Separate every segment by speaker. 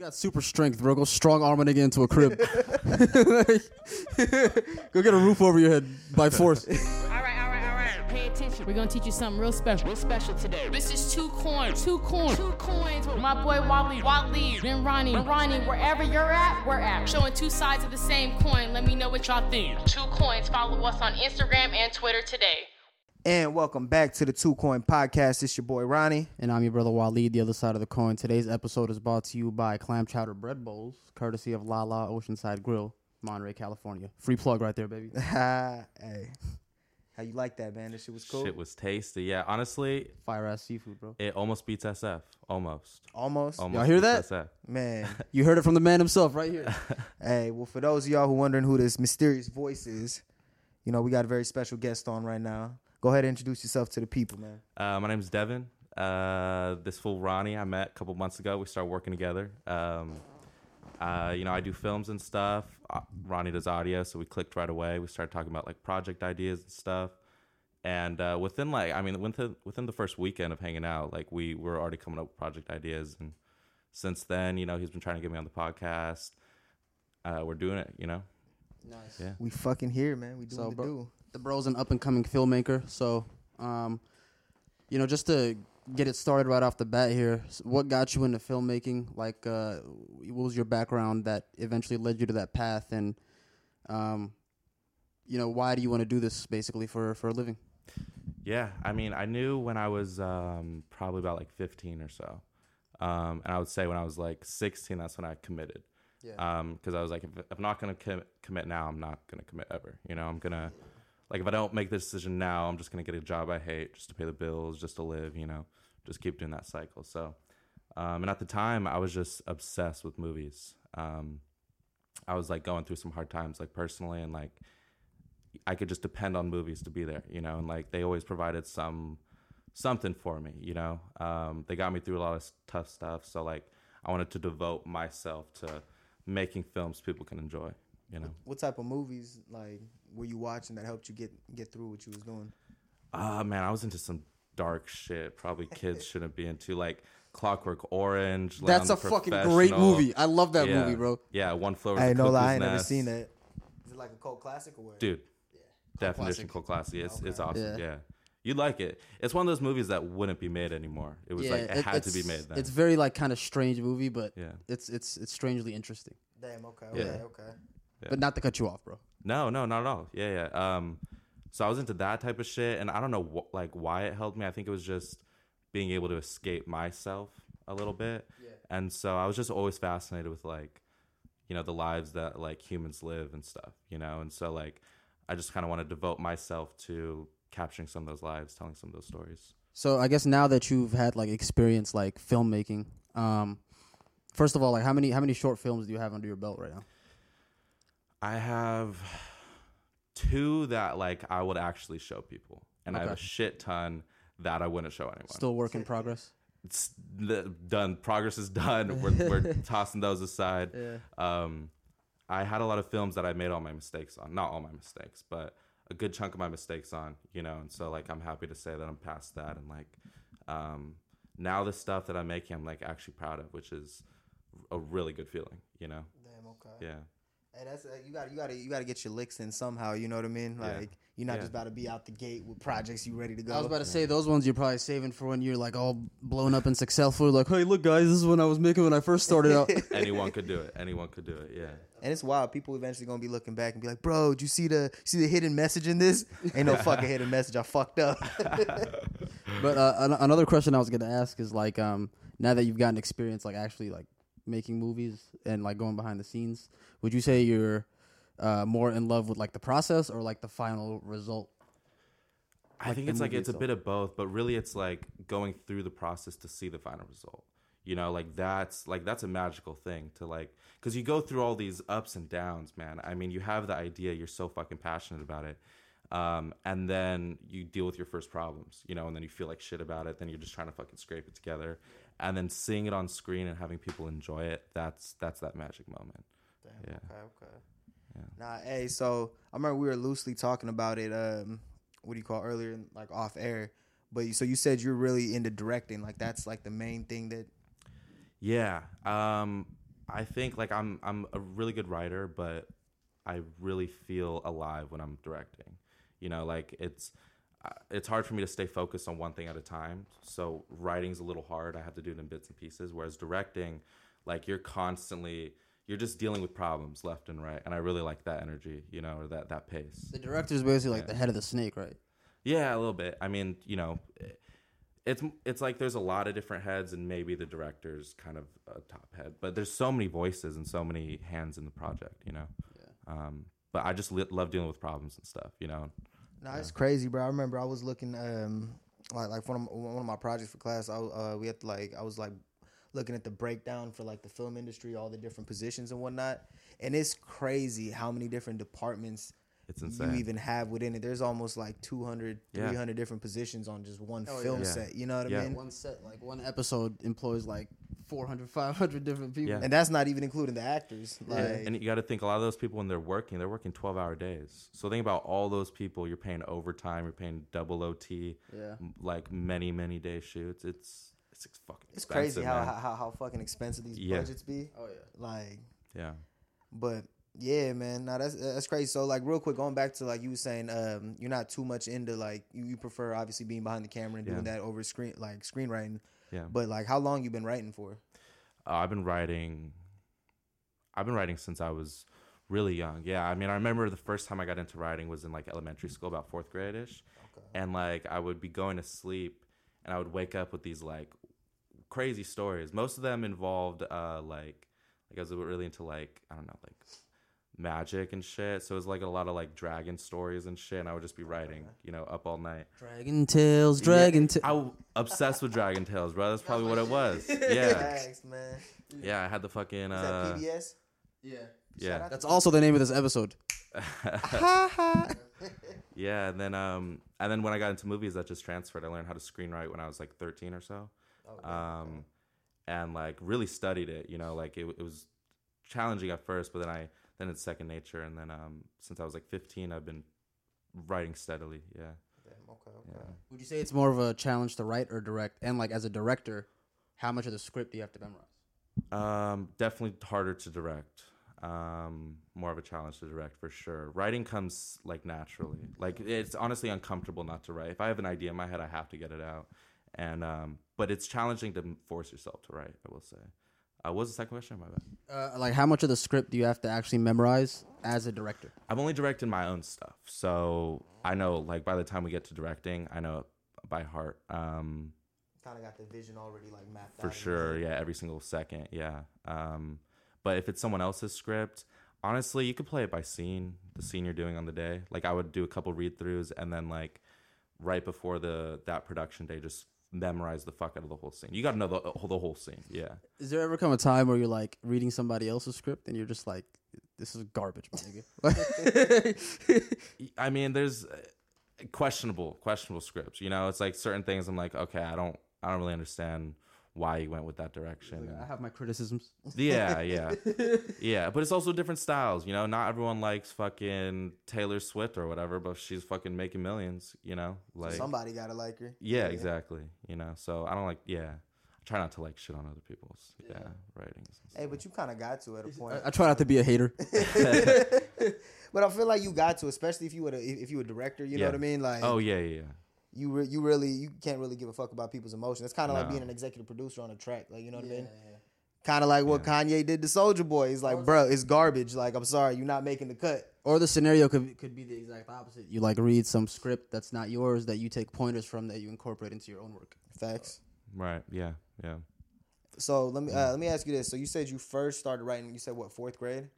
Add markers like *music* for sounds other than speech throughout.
Speaker 1: got super strength, bro. Go strong arm a nigga into a crib. *laughs* Like, go get a roof over your head by force.
Speaker 2: All right, all right, all right. Pay attention.
Speaker 3: We're gonna teach you something real special.
Speaker 2: Real special today.
Speaker 3: This is two coins, two coins,
Speaker 2: Two coins with
Speaker 3: My boy Wally, Wally, then Ronnie, then Ronnie, wherever you're at, we're at. Showing two sides of the same coin. Let me know what y'all think. Two coins. Follow us on Instagram and Twitter today.
Speaker 4: And welcome back to the Two Coin Podcast. It's your boy Ronnie.
Speaker 1: *laughs*
Speaker 4: *laughs*
Speaker 1: And I'm your brother Waleed, the other side of the coin. Today's episode is brought to you by Clam Chowder Bread Bowls, courtesy of La La Oceanside Grill, Monterey, California. Free plug right there, *laughs* baby.
Speaker 4: Ha, hey, how you like that, man? That shit was cool.
Speaker 5: Shit was tasty. Yeah, honestly,
Speaker 1: Fire ass seafood, bro.
Speaker 5: it almost beats SF. Almost.
Speaker 4: Almost,
Speaker 5: Almost.
Speaker 1: hear
Speaker 5: beats
Speaker 1: that?
Speaker 5: SF. *laughs*
Speaker 4: man.
Speaker 1: You heard it from the man himself right here.
Speaker 4: hey, well, for those of y'all who wondering who this mysterious voice is, you know we got a very special guest on right now. Go ahead and introduce yourself to the people, man.
Speaker 5: Uh, my name's Devin. Uh, this fool Ronnie I met a couple months ago. We started working together. Um, uh, you know, I do films and stuff. Uh, Ronnie does audio, so we clicked right away. We started talking about like project ideas and stuff. And uh, within like, I mean, within within the first weekend of hanging out, like we were already coming up with project ideas. And since then, you know, he's been trying to get me on the podcast. Uh, we're doing it. You know,
Speaker 4: We fucking here, man. We doing
Speaker 1: So,
Speaker 4: the
Speaker 1: bro-
Speaker 4: do.
Speaker 1: the bro's an up and coming filmmaker. So, um, you know, just to get it started right off the bat here, s- what got you into filmmaking? Like, uh, what was your background that eventually led you to that path? And, um, you know, why do you want to do this basically for, for a living?
Speaker 5: Yeah, I mean, I knew when I was um, probably about like 15 or so, um, and I would say when I was like 16, that's when I committed.
Speaker 1: Yeah.
Speaker 5: Because I was like, if I'm not gonna com- commit now, I'm not gonna commit ever. You know, I'm gonna like if I don't make the decision now, I'm just gonna get a job I hate just to pay the bills, just to live. You know, just keep doing that cycle. So, um, and at the time, I was just obsessed with movies. Um, I was like going through some hard times, like personally, and like I could just depend on movies to be there, you know, and like they always provided some something for me, you know. Um, they got me through a lot of s- tough stuff, so like I wanted to devote myself to making films people can enjoy, you know.
Speaker 4: What type of movies like were you watching that helped you get get through what you was doing?
Speaker 5: Ah, man, I was into some dark shit. Probably *laughs* kids shouldn't be into like Clockwork Orange. Leon
Speaker 1: That's
Speaker 5: the
Speaker 1: a fucking great
Speaker 5: Professional.
Speaker 1: movie. I love that
Speaker 5: yeah.
Speaker 1: movie, bro.
Speaker 5: Yeah, One Floor.
Speaker 4: I
Speaker 5: Hey,
Speaker 4: ain't no lie, I ain't never seen that. Is it like a cult classic or what?
Speaker 5: dude. Definition cult classic. It's it's awesome.
Speaker 1: Yeah.
Speaker 5: Yeah. You'd like it. It's one of those movies that wouldn't be made anymore. It was like it, had to be
Speaker 1: it's-
Speaker 5: made then.
Speaker 1: It's very like kind of strange movie, but
Speaker 5: Yeah.
Speaker 1: it's it's it's strangely interesting.
Speaker 4: Damn. Okay.
Speaker 5: Yeah.
Speaker 4: Okay. Okay.
Speaker 1: But not to cut you off, bro.
Speaker 5: No, no, not at all. Yeah, yeah. Um, so I was into that type of shit, and I don't know wh- like why it helped me. I think it was just being able to escape myself a little bit. Yeah. And so I was just always fascinated with like, you know, the lives that like humans live and stuff. You know, and so like, I just kind of want to devote myself to capturing some of those lives, telling some of those stories.
Speaker 1: So I guess now that you've had like experience like filmmaking, um, first of all, like how many how many short films do you have under your belt right now?
Speaker 5: I have two that like I would actually show people, and I have a
Speaker 1: Okay.
Speaker 5: shit ton that I wouldn't show anyone.
Speaker 1: Still work in progress.
Speaker 5: it's the, done. Progress
Speaker 1: *laughs*
Speaker 5: is done. We're, we're tossing those aside. Um, I had a lot of films that I made all my mistakes on. Not all my mistakes, but a good chunk of my mistakes on. You know, and so like I'm happy to say that I'm past that, and like um, now the stuff that I'm making, I'm like actually proud of, which is a really good feeling. You know,
Speaker 4: Damn. Okay.
Speaker 5: yeah.
Speaker 4: Hey, that's uh, you got to you got to you got to get your licks in somehow. You know what I mean?
Speaker 5: Yeah.
Speaker 4: Like you're not
Speaker 5: Yeah.
Speaker 4: just about to be out the gate with projects you ready to go.
Speaker 1: I was about to say those ones you're probably saving for when you're like all blown up and successful. Like, hey, look, guys, this is when I was making when I first started *laughs* out.
Speaker 5: Anyone could do it. Anyone could do it. Yeah.
Speaker 4: and it's wild. People eventually gonna be looking back and be like, "Bro, did you see the see the hidden message in
Speaker 5: *laughs*
Speaker 4: this? Ain't no fucking hidden message. I fucked up." *laughs*
Speaker 1: but uh, an- another question I was gonna ask is like, um, now that you've gotten experience, like actually like making movies and like going behind the scenes, would you say you're uh, more in love with like the process or like the final result?
Speaker 5: I think
Speaker 1: the
Speaker 5: it's like
Speaker 1: movie
Speaker 5: it's a
Speaker 1: itself.
Speaker 5: bit of both, but really it's like going through the process to see the final result. You know, like that's like that's a magical thing to like cuz you go through all these ups and downs, man. I mean, you have the idea, you're so fucking passionate about it. Um, and then you deal with your first problems, you know, and then you feel like shit about it, then you're just trying to fucking scrape it together. And then seeing it on screen and having people enjoy it, that's that's that magic moment. Yeah.
Speaker 4: Okay, okay. Nah, hey, so I remember we were loosely talking about it. Um, what do you call it, earlier, like off air? But you, so you said you're really into directing. Like that's like the main thing that
Speaker 5: Yeah. Um, I think like I'm I'm a really good writer, but I really feel alive when I'm directing. You know, like it's uh, it's hard for me to stay focused on one thing at a time. So writing's a little hard. I have to do it in bits and pieces. Whereas directing, like you're constantly you're just dealing with problems left and right. And I really like that energy, you know, or that that pace.
Speaker 1: The director's basically like the head of the snake, right?
Speaker 5: Yeah, a little bit. I mean, you know, it- it's it's like there's a lot of different heads, and maybe the director's kind of a top head, but there's so many voices and so many hands in the project, you know. Um, but I just li- love dealing with problems and stuff, you know.
Speaker 4: No, it's crazy, bro. I remember I was looking um like like one of my, one of my projects for class. I uh, we had to, like I was like looking at the breakdown for like the film industry, all the different positions and whatnot. And it's crazy how many different departments
Speaker 5: It's
Speaker 4: you
Speaker 5: insane.
Speaker 4: even have within it. There's almost like 200,
Speaker 5: Yeah.
Speaker 4: 300 different positions on just one film
Speaker 5: Yeah.
Speaker 4: set. You know what
Speaker 5: Yeah.
Speaker 4: I mean?
Speaker 1: One set, like one episode, employs like 400, 500 different people.
Speaker 5: Yeah.
Speaker 4: And that's not even including the actors. Like,
Speaker 5: and you got to think a lot of those people when they're working, they're working 12 hour days. So think about all those people you're paying overtime, you're paying double OT,
Speaker 1: Yeah.
Speaker 5: m- like many many day shoots. It's it's ex- fucking
Speaker 4: it's crazy
Speaker 5: expensive,
Speaker 4: how,
Speaker 5: man.
Speaker 4: how how how fucking expensive these
Speaker 5: Yeah.
Speaker 4: budgets be.
Speaker 1: Oh yeah.
Speaker 4: Like.
Speaker 5: yeah.
Speaker 4: But yeah, man, now that's that's crazy. So like, real quick, going back to like you were saying, um, you're not too much into like you, you prefer obviously being behind the camera and doing
Speaker 5: Yeah.
Speaker 4: that over screen like screenwriting.
Speaker 5: Yeah.
Speaker 4: But like, how long you been writing for?
Speaker 5: Uh, I've been writing. I've been writing since I was really young. Yeah, I mean, I remember the first time I got into writing was in like elementary school, about fourth grade ish, and like I would be going to sleep, and I would wake up with these like crazy stories. Most of them involved uh like like I was really into like I don't know like magic and shit. So it was like a lot of like dragon stories and shit, and I would just be writing, you know, up all night.
Speaker 1: Dragon tails, dragon tails.
Speaker 5: I was obsessed with Dragon Tales, bro. That's probably what it
Speaker 4: *laughs*
Speaker 5: was. Yeah.
Speaker 4: Thanks, man.
Speaker 5: Yeah, I had the fucking
Speaker 4: Is
Speaker 5: uh,
Speaker 4: that PBS?
Speaker 1: yeah.
Speaker 5: yeah,
Speaker 1: That's also the name of this episode.
Speaker 5: yeah. And then um, and then when I got into movies, that just transferred. I learned how to screenwrite when I was like 13 or so, um, and like really studied it. You know, like it, it was challenging at first, but then I then it's second nature. And then um, since I was like 15, I've been writing steadily. Yeah,
Speaker 4: Damn, okay, okay.
Speaker 5: yeah.
Speaker 1: Would you say it's more of a challenge to write or direct? And like as a director, how much of the script do you have to memorize?
Speaker 5: Um, definitely harder to direct. Um, more of a challenge to direct for sure. Writing comes like naturally. Like it's honestly uncomfortable not to write. If I have an idea in my head, I have to get it out. And um, but it's challenging to m- force yourself to write. I will say. Uh, what was the second question? My bad.
Speaker 1: Uh, like how much of the script do you have to actually memorize as a director?
Speaker 5: I've only directed my own stuff, so I know like by the time we get to directing, I know it by heart. Um,
Speaker 4: Kind of got the vision already like mapped
Speaker 5: for
Speaker 4: out.
Speaker 5: sure yeah every single second yeah um but if it's someone else's script honestly you could play it by scene the scene you're doing on the day like i would do a couple read throughs and then like right before the that production day just memorize the fuck out of the whole scene you gotta know the, uh, the whole scene yeah
Speaker 1: Is there ever come a time where you're like reading somebody else's script and you're just like, this is garbage, my nigga? *laughs*
Speaker 5: I mean, there's uh, questionable, questionable scripts. You know, it's like certain things. I'm like, okay, I don't, I don't really understand why you went with that direction.
Speaker 1: I have my criticisms.
Speaker 4: *laughs*
Speaker 5: Yeah, yeah, yeah. But it's also different styles. You know, not everyone likes fucking Taylor Swift or whatever, but she's fucking making millions. You know, like
Speaker 4: Somebody gotta like her.
Speaker 5: yeah, exactly. You know, so I don't like. Yeah, I try not to like shit on other people's yeah, writings.
Speaker 4: Hey, but you kind of got to at a
Speaker 5: uh,
Speaker 4: point.
Speaker 1: I, I try not to be a hater.
Speaker 4: but I feel like you got to, especially if you were a, if you were a director. You know
Speaker 5: Yeah.
Speaker 4: what I mean? Like,
Speaker 5: Oh yeah, yeah, yeah.
Speaker 4: you re- you really you can't really give a fuck about people's emotions. That's kind of like
Speaker 5: No.
Speaker 4: being an executive producer on a track, like you know what I mean. Kind of like what
Speaker 5: Yeah.
Speaker 4: Kanye did to Soldier Boy. He's like, bro, it's garbage. Like, I'm sorry, you're not making the cut.
Speaker 1: Or the scenario could could be the exact opposite. You like read some script that's not yours that you take pointers from that you incorporate into your own work.
Speaker 4: Facts.
Speaker 5: Right. Yeah. Yeah.
Speaker 4: So let me uh, let me ask you this. So you said you first started writing. You said what fourth grade?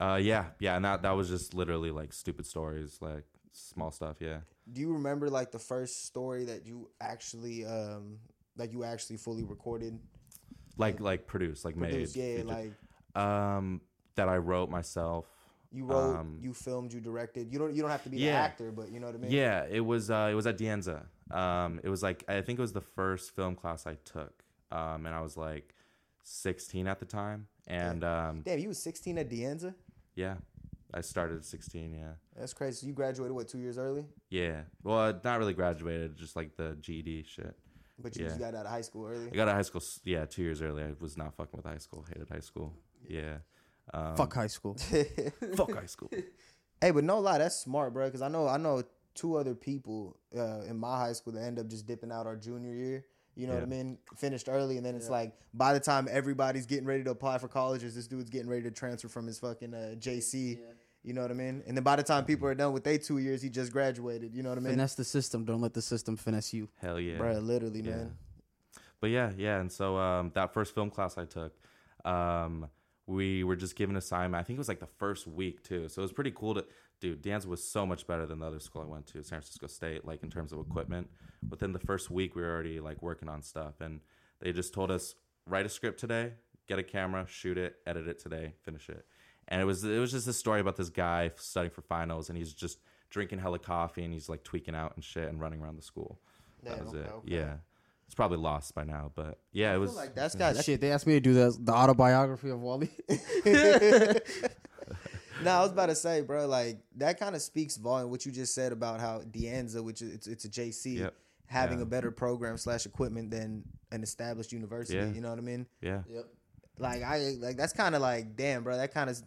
Speaker 5: Uh, yeah, yeah, and that that was just literally like stupid stories, like small stuff. Yeah,
Speaker 4: Do you remember like the first story that you actually um like you actually fully recorded?
Speaker 5: like like produced, like
Speaker 4: Produced?
Speaker 5: made.
Speaker 4: Yeah,
Speaker 5: featured.
Speaker 4: like
Speaker 5: um, that I wrote myself.
Speaker 4: you wrote,
Speaker 5: Um,
Speaker 4: you filmed, you directed. You don't you don't have to be the
Speaker 5: yeah.
Speaker 4: actor, but you know what I mean.
Speaker 5: Yeah, it was uh, it was at Dianza. Um, it was like I think it was the first film class I took. Um, and I was like 16 at the time, and um,
Speaker 4: Damn, you was 16 at Dianza.
Speaker 5: yeah, I started at 16. Yeah,
Speaker 4: That's crazy. So you graduated what two years early?
Speaker 5: yeah. Well, not really graduated, just like the GED E shit.
Speaker 4: But you
Speaker 5: Yeah.
Speaker 4: just got out of high school early.
Speaker 5: I got out of high school. s- Yeah, two years early. I was not fucking with high school. Hated high school. Yeah. Um,
Speaker 1: Fuck high school.
Speaker 5: fuck high school.
Speaker 4: Hey, but no lie, that's smart, bro. Because I know I know two other people uh, in my high school that end up just dipping out our junior year. You know what I
Speaker 5: Yeah.
Speaker 4: mean? Finished early, and then it's like by the time everybody's getting ready to apply for colleges, this dude's getting ready to transfer from his fucking uh, JC. You know what I mean? And then by the time people are done with their two years, he just graduated. You know what I mean?
Speaker 1: Finesse the system. Don't let the system finesse you.
Speaker 5: Hell yeah.
Speaker 4: Bro, literally,
Speaker 5: Yeah.
Speaker 4: man.
Speaker 5: But yeah, yeah. And so um, that first film class I took, um, we were just given assignment. I think it was like the first week too. So it was pretty cool to, dude. Dan's was so much better than the other school I went to, San Francisco State. Like in terms of equipment, within the first week we were already like working on stuff, and they just told us write a script today, get a camera, shoot it, edit it today, finish it. And it was it was just this story about this guy studying for finals, and he's just drinking hella coffee, and he's like tweaking out and shit, and running around the school. That
Speaker 4: Damn,
Speaker 5: was
Speaker 4: okay,
Speaker 5: it.
Speaker 4: okay.
Speaker 5: Yeah. It's probably lost by now, but yeah, it
Speaker 4: I
Speaker 5: was.
Speaker 4: feel like that's got shit.
Speaker 1: Shit, they asked me to do the, the autobiography of Wally. *laughs*
Speaker 4: No, I was about to say, bro, like that kind of speaks volume. What you just said about how Deanza, which is it's, it's a JC,
Speaker 5: Yep.
Speaker 4: having
Speaker 5: Yeah.
Speaker 4: a better program slash equipment than an established university.
Speaker 5: Yeah.
Speaker 4: You know what I mean?
Speaker 5: yeah,
Speaker 1: yep.
Speaker 4: Like I like that's kind of like damn, bro. That kind of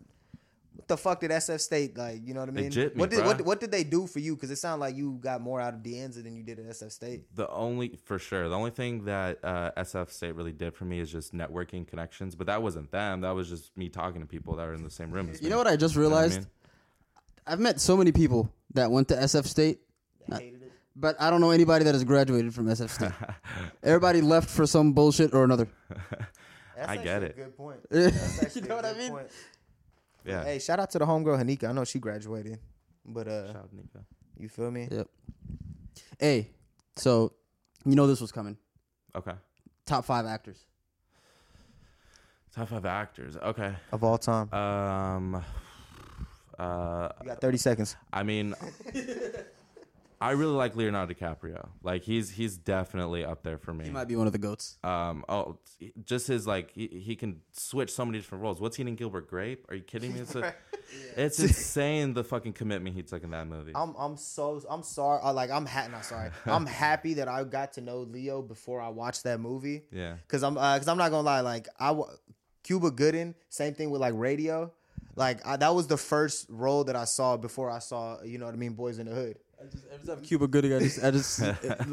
Speaker 4: what the fuck did SF State like? You know what I mean?
Speaker 5: Legit me,
Speaker 4: what did
Speaker 5: bruh.
Speaker 4: what, what did they do for you? Because it sounded like you got more out of Deanza than you did at SF State.
Speaker 5: the only for sure the only thing that uh, SF State really did for me is just networking connections, but that wasn't them. That was just me talking to people that were in the same room. As
Speaker 1: You know what I just realized? I've met so many people that went to SF State,
Speaker 4: I hated it.
Speaker 1: but I don't know anybody that has graduated from SF State. Everybody left for some bullshit or another.
Speaker 4: That's
Speaker 5: I get
Speaker 4: actually
Speaker 5: it.
Speaker 4: A good *laughs* point.
Speaker 1: You know what I mean?
Speaker 5: Yeah.
Speaker 4: Hey, shout out to the homegirl Hanika. I know she graduated, but uh,
Speaker 5: Shout out to Nico.
Speaker 4: you feel me?
Speaker 1: Yep. Hey, so you know this was coming.
Speaker 5: Okay.
Speaker 1: Top five actors.
Speaker 5: Top five actors. Okay.
Speaker 4: Of all time,
Speaker 5: Um. Uh.
Speaker 4: you got thirty seconds.
Speaker 5: I
Speaker 1: *laughs*
Speaker 5: mean, I really like Leonardo DiCaprio. Like he's he's definitely up there for me.
Speaker 1: He might be one of the goats.
Speaker 5: Um, oh, t- just his like he, he can switch so many different roles. What's he in Gilbert Grape? Are you kidding me? It's, a- it's insane the fucking commitment he took in that movie.
Speaker 4: I'm I'm so I'm sorry. I, like I'm ha- not *laughs* sorry. I'm happy that I got to know Leo before I watched that movie.
Speaker 5: Yeah.
Speaker 4: Cause I'm uh, cause I'm not gonna lie. Like I wa- Cuba Gooden. Same thing with like radio. Like I, that was the first role that I saw before I saw you know what I mean. Boys in the Hood.
Speaker 1: Every time Cuba Gooding, I just, I
Speaker 5: *laughs*
Speaker 1: just,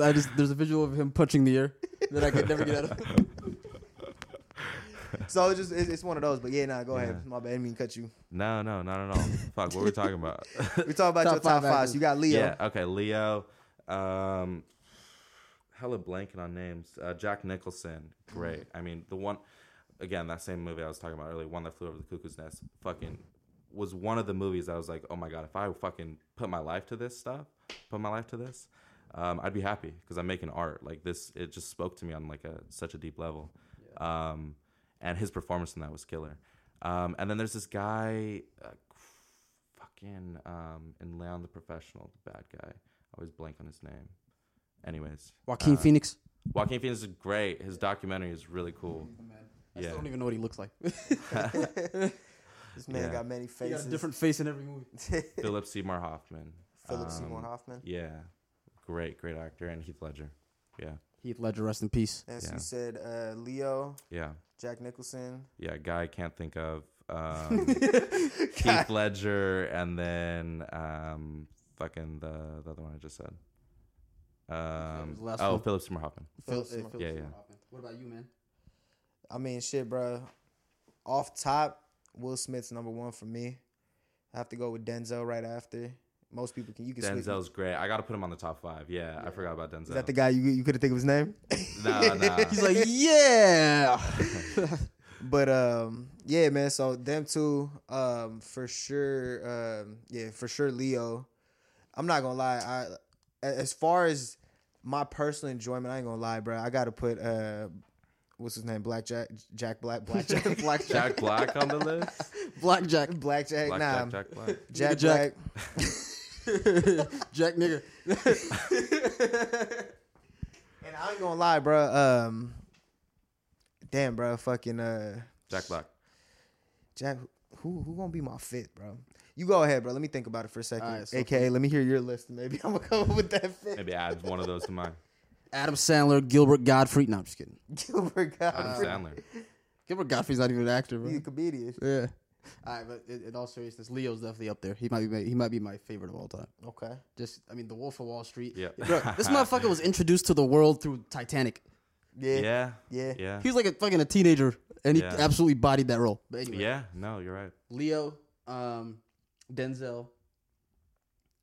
Speaker 1: I just, there's a visual of him punching the air that I could never get out
Speaker 5: *laughs*
Speaker 1: of.
Speaker 4: So it's just it's, it's one of those. But yeah, nah. Go ahead. My bad. I didn't mean to cut you.
Speaker 5: No, no, not at all. Fuck, what were we talking about? *laughs*
Speaker 4: We talk about
Speaker 1: Top
Speaker 4: your top
Speaker 1: five
Speaker 4: five.
Speaker 1: actors.
Speaker 4: So you got Leo.
Speaker 5: yeah. Okay, Leo. Um, hella blanking on names. Uh, Jack Nicholson. Great. I mean, the one again that same movie I was talking about earlier, one that flew over the cuckoo's nest. Fucking was one of the movies I was like, oh my god, if I fucking put my life to this stuff, put my life to this, um, I'd be happy because I'm making art. Like this, it just spoke to me on like a such a deep level. Um, and his performance in that was killer. Um, and then there's this guy, uh, fucking um in Leon the Professional, the bad guy. I always blank on his name. Anyways,
Speaker 1: Joaquin Phoenix.
Speaker 5: Joaquin Phoenix is great. His documentary is really cool.
Speaker 1: I still
Speaker 5: Yeah.
Speaker 1: don't even know what he looks like. he
Speaker 4: *laughs* This man
Speaker 5: Yeah.
Speaker 4: got many
Speaker 1: got
Speaker 4: faces.
Speaker 1: a different face in every movie.
Speaker 5: Philip Seymour Hoffman.
Speaker 4: *laughs* Philip Seymour
Speaker 5: Um,
Speaker 4: Hoffman.
Speaker 5: Yeah, great, great actor, and Heath Ledger. Yeah,
Speaker 1: Heath Ledger, rest in peace.
Speaker 4: And so
Speaker 5: yeah.
Speaker 4: you said uh, Leo,
Speaker 5: yeah,
Speaker 4: Jack Nicholson.
Speaker 5: yeah. Guy I can't think of.
Speaker 4: *laughs*
Speaker 5: Um, Heath Ledger, and then um, fucking the, the other one I just said. Um,
Speaker 1: Ledger's last
Speaker 5: oh,
Speaker 1: one.
Speaker 5: Philip Seymour Hoffman.
Speaker 4: Phil-
Speaker 1: Phil-
Speaker 4: Seymour.
Speaker 1: Phil
Speaker 5: Yeah,
Speaker 1: Seymour
Speaker 5: yeah.
Speaker 1: Hoffman. What about you, man?
Speaker 4: I mean, shit, bro. Off top, Will Smith's number one for me. I have to go with Denzel right after. Most people can you can switch.
Speaker 5: Denzel's great. I got to put him on the top five. Yeah, I forgot about Denzel.
Speaker 4: Is that the guy you you couldn't think of his name? *laughs*
Speaker 1: *laughs*
Speaker 5: Nah, nah.
Speaker 1: He's like, yeah. *laughs*
Speaker 4: but um, yeah, man. So them two, um, for sure. Um, yeah, for sure. Leo. I'm not gonna lie. I a- as far as my personal enjoyment, I ain't gonna lie, bro. I gotta put uh, what's his name? Blackjack, Jack Black, Blackjack, *laughs* Blackjack,
Speaker 5: Jack Black on the list.
Speaker 1: Blackjack.
Speaker 4: Blackjack.
Speaker 5: Black,
Speaker 4: nah,
Speaker 5: Jack, Jack Black.
Speaker 4: Jack,
Speaker 1: Jack.
Speaker 4: Black.
Speaker 1: Jack nigger.
Speaker 4: And I ain't gonna lie, bro. Um, damn, bro. Fucking uh,
Speaker 5: Jack Black.
Speaker 4: Jack. Who who gonna be my fifth, bro? You go ahead, bro. Let me think about it for a second.
Speaker 1: All right, so-
Speaker 4: *laughs* AKA, let me hear your list. and Maybe I'm gonna come up with that fifth.
Speaker 5: Maybe add one of those to mine.
Speaker 1: Adam Sandler, Gilbert Godfrey. No, I'm just kidding.
Speaker 4: Gilbert
Speaker 1: Uh,
Speaker 5: Adam
Speaker 4: Godfrey.
Speaker 5: Sandler.
Speaker 1: Gilbert Godfrey's not even an actor, bro.
Speaker 4: He's a comedian.
Speaker 1: Yeah. All right, but in, in all seriousness, Leo's definitely up there. He might be my, he might be my favorite of all time.
Speaker 4: Okay.
Speaker 1: Just I mean, The Wolf of Wall Street.
Speaker 5: Yeah.
Speaker 1: Bro,
Speaker 5: *laughs*
Speaker 1: this motherfucker was introduced to the world through Titanic.
Speaker 4: Yeah.
Speaker 5: Yeah.
Speaker 4: Yeah.
Speaker 5: Yeah.
Speaker 1: He was like a fucking a teenager, and he
Speaker 5: Yeah.
Speaker 1: absolutely bodied that role. But anyway,
Speaker 5: Yeah. No, you're right.
Speaker 1: Leo, um, Denzel,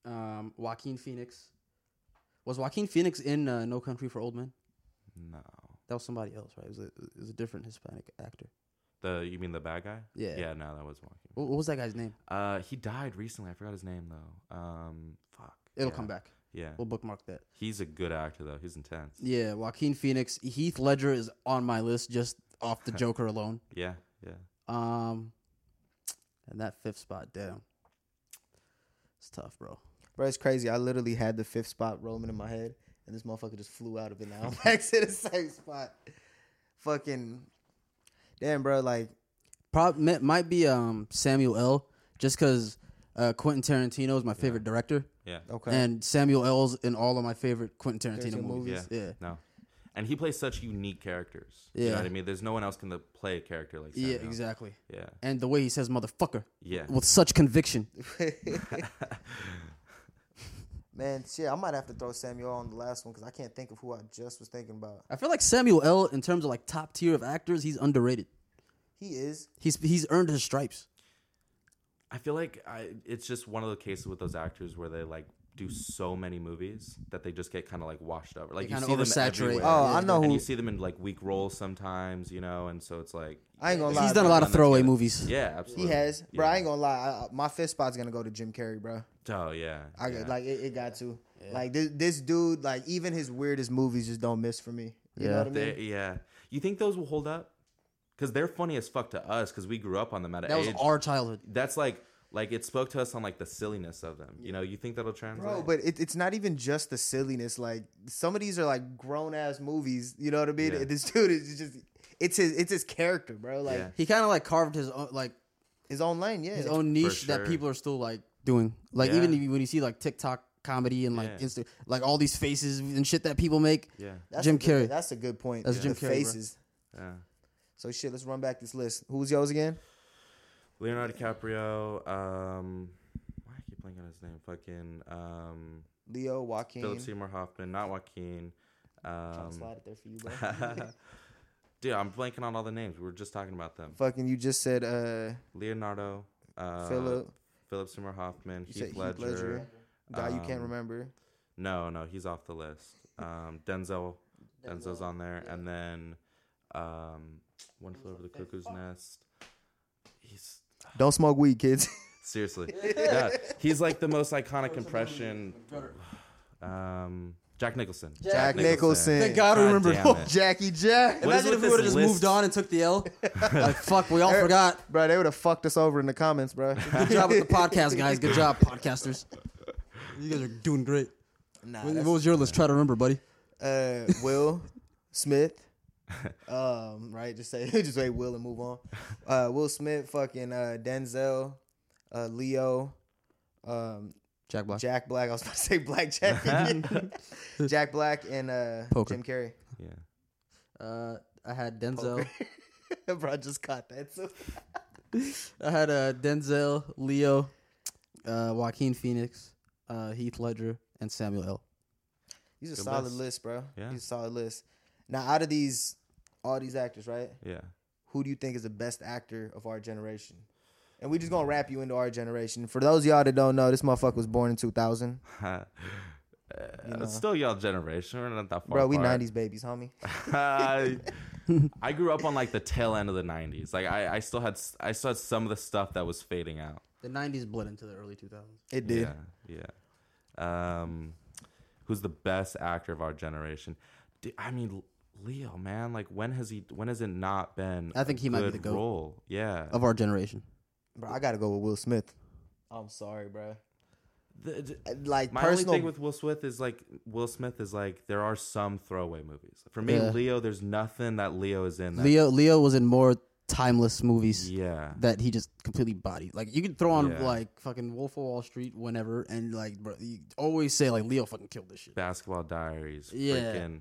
Speaker 1: um, Joaquin Phoenix. Was Joaquin Phoenix in uh, No Country for Old Men?
Speaker 5: No.
Speaker 1: That was somebody else, right? It was a, it was a different Hispanic actor.
Speaker 5: The you mean the bad guy?
Speaker 1: Yeah.
Speaker 5: Yeah. No, that was Joaquin.
Speaker 1: What, what was that guy's name?
Speaker 5: Uh, he died recently. I forgot his name though. Um, fuck.
Speaker 1: It'll
Speaker 5: Yeah.
Speaker 1: come back.
Speaker 5: Yeah.
Speaker 1: We'll bookmark that.
Speaker 5: He's a good actor though. He's intense. Yeah.
Speaker 1: Yeah, Joaquin Phoenix, Heath Ledger is on my list just off
Speaker 5: *laughs*
Speaker 1: the Joker alone.
Speaker 5: Yeah.
Speaker 1: Um, and that fifth spot, damn, it's tough, bro.
Speaker 4: Bro, it's crazy. I literally had the fifth spot roaming in my head, and this motherfucker just flew out of it now. I'm *laughs* back to the same spot. Fucking. Damn, bro. Like,
Speaker 1: Prob mi- might be um Samuel L. Just because uh, Quentin Tarantino is my favorite director,
Speaker 5: Yeah.
Speaker 4: okay.
Speaker 1: and Samuel L's in all of my favorite Quentin Tarantino
Speaker 4: Tarantino
Speaker 1: movies.
Speaker 5: Yeah.
Speaker 4: movies.
Speaker 1: Yeah.
Speaker 5: No. And he plays such unique characters. You
Speaker 1: Yeah.
Speaker 5: know what I mean? There's no one else can the- play a character like
Speaker 1: Yeah,
Speaker 5: Samuel.
Speaker 1: exactly.
Speaker 5: Yeah.
Speaker 1: And the way he says "motherfucker"
Speaker 5: Yeah.
Speaker 1: with such conviction.
Speaker 4: Man, shit, I might have to throw Samuel on the last one because I can't think of who I just was thinking about.
Speaker 1: I feel like Samuel L. in terms of like top tier of actors, he's underrated.
Speaker 4: He is.
Speaker 1: He's he's earned his stripes.
Speaker 5: I feel like I, it's just one of the cases with those actors where they like do so many movies that they just get kind of like washed over. Like
Speaker 1: They
Speaker 5: you
Speaker 1: kinda
Speaker 5: see them
Speaker 1: oversaturate.
Speaker 5: everywhere.
Speaker 4: Oh, I know
Speaker 5: And
Speaker 4: who.
Speaker 5: you see them in like weak roles sometimes, you know, and so it's like
Speaker 4: I ain't gonna lie.
Speaker 1: He's done a
Speaker 4: bro.
Speaker 1: lot of
Speaker 5: That's
Speaker 1: throwaway
Speaker 5: good.
Speaker 1: movies.
Speaker 5: yeah, absolutely.
Speaker 4: He has, bro. I
Speaker 5: Yeah.
Speaker 4: ain't gonna lie. I, I- my fifth spot's gonna go to Jim Carrey, bro.
Speaker 5: Oh yeah.
Speaker 4: I
Speaker 5: yeah.
Speaker 4: got like it, it got to. Like this, this dude, like even his weirdest movies just don't miss for me. You know
Speaker 1: Yeah.
Speaker 4: what I mean?
Speaker 5: They- yeah. You think those will hold up? Because they're funny as fuck to us because we grew up on them at an
Speaker 1: That was
Speaker 5: age.
Speaker 1: our childhood.
Speaker 5: that's like like it spoke to us on like the silliness of them. You know, you think that'll translate?
Speaker 4: Bro, but it, it's not even just the silliness. Like some of these are like grown ass movies. You know what I mean?
Speaker 5: Yeah.
Speaker 4: *laughs* This dude is just it's his it's his character, bro. Like
Speaker 5: Yeah.
Speaker 1: He kind of like carved his own, like
Speaker 4: his own lane. Yeah,
Speaker 1: his own niche
Speaker 5: sure.
Speaker 1: that people are still like doing. Like
Speaker 5: Yeah.
Speaker 1: even if you- when you see like TikTok comedy and like
Speaker 5: Yeah.
Speaker 1: Insta, like all these faces and shit that people make.
Speaker 5: yeah,
Speaker 4: That's
Speaker 1: Jim
Speaker 4: a good-
Speaker 1: Carrey.
Speaker 4: that's a good point.
Speaker 1: That's Jim
Speaker 4: the
Speaker 1: Carrey, bro.
Speaker 4: Faces.
Speaker 5: yeah.
Speaker 4: So shit, let's run back this list. Who's yours again?
Speaker 5: Leonardo DiCaprio. Um, why I keep blanking on his name? Fucking um,
Speaker 4: Leo, Joaquin.
Speaker 5: Philip Seymour Hoffman, not Joaquin.
Speaker 4: Trying to
Speaker 5: Um,
Speaker 4: slide it there for you,
Speaker 5: *laughs*
Speaker 4: bro.
Speaker 5: dude, I'm blanking on all the names. We were just talking about them.
Speaker 4: Fucking, you just said uh,
Speaker 5: Leonardo, uh,
Speaker 4: Philip.
Speaker 5: Philip Seymour Hoffman,
Speaker 4: You
Speaker 5: Heath,
Speaker 4: said Heath
Speaker 5: Ledger.
Speaker 4: Ledger. God, you can't
Speaker 5: um,
Speaker 4: remember.
Speaker 5: No, no, he's off the list. Um,
Speaker 4: *laughs*
Speaker 5: Denzel, Denzel's on there, and then um, One Flew Over the Cuckoo's Nest. He's
Speaker 4: Don't smoke weed, kids. *laughs*
Speaker 1: *laughs*
Speaker 5: seriously, yeah, he's like the most iconic impression. Um, Jack Nicholson.
Speaker 4: Jack Nicholson.
Speaker 1: Thank God I remember. *laughs*
Speaker 5: damn it.
Speaker 4: Jackie Jack.
Speaker 5: What is
Speaker 1: Imagine if
Speaker 5: it with
Speaker 1: we would have
Speaker 5: this
Speaker 1: just
Speaker 5: list?
Speaker 1: moved on and took the L.
Speaker 5: *laughs*
Speaker 1: like fuck, we all forgot.
Speaker 4: Bro, they would have fucked us over in the comments,
Speaker 5: *laughs*
Speaker 4: bro.
Speaker 1: Good job with the podcast, guys. Good job, podcasters. You guys are doing great.
Speaker 4: nah,
Speaker 1: What, what was your list? Try to remember, buddy.
Speaker 4: uh, Will Smith.
Speaker 5: *laughs*
Speaker 4: Um, right, just say *laughs* just say Will and move on. Uh, Will Smith, fucking uh, Denzel, uh, Leo, um,
Speaker 1: Jack Black.
Speaker 4: Jack Black. I was *laughs* about to say Black
Speaker 5: *laughs*
Speaker 4: Jack. Jack Black and uh,
Speaker 1: Poker.
Speaker 4: Jim Carrey. *laughs*
Speaker 5: Yeah.
Speaker 1: *laughs* Uh, I had Denzel.
Speaker 4: Bro, I just caught that. too.
Speaker 1: I had uh, Denzel, Leo, uh, Joaquin Phoenix, uh, Heath Ledger, and Samuel L.
Speaker 4: These are
Speaker 5: Good
Speaker 4: solid
Speaker 5: list.
Speaker 4: list, bro.
Speaker 5: Yeah.
Speaker 4: These are solid list. Now, out of these, all these actors, right?
Speaker 5: Yeah.
Speaker 4: Who do you think is the best actor of our generation? And we just gonna wrap you into our generation. For those of y'all that don't know, this motherfucker was born in 2000.
Speaker 5: *laughs* Uh, It's Uh, still y'all generation. We're not that far.
Speaker 4: Bro, we
Speaker 5: apart.
Speaker 4: 90s babies, homie.
Speaker 5: I *laughs* I grew up on like the tail end of the '90s. Like I, I still had, s- I still had some of the stuff that was fading out.
Speaker 1: The '90s bled into the early 2000s.
Speaker 4: It did.
Speaker 5: Yeah, yeah. Um, who's the best actor of our generation? D- I mean, Leo, man. Like, when has he? When has it not been?
Speaker 1: I think
Speaker 5: a
Speaker 1: he might be
Speaker 5: good
Speaker 1: the GOAT.
Speaker 5: role. Yeah.
Speaker 1: Of our generation,
Speaker 4: Bro, I gotta go with Will Smith. I'm sorry, bro.
Speaker 5: The- d-
Speaker 1: Uh,
Speaker 4: Like
Speaker 5: my
Speaker 4: personal,
Speaker 5: only thing with Will Smith is like Will Smith is like there are some throwaway movies. For me,
Speaker 1: Yeah.
Speaker 5: Leo, there's nothing that Leo is in. That,
Speaker 1: Leo Leo was in more timeless movies
Speaker 5: Yeah.
Speaker 1: that he just completely bodied. Like you could throw on
Speaker 5: Yeah.
Speaker 1: like fucking Wolf of Wall Street whenever, and like bro, you always say like Leo fucking killed this shit.
Speaker 5: Basketball Diaries.
Speaker 1: Yeah.
Speaker 5: Freaking.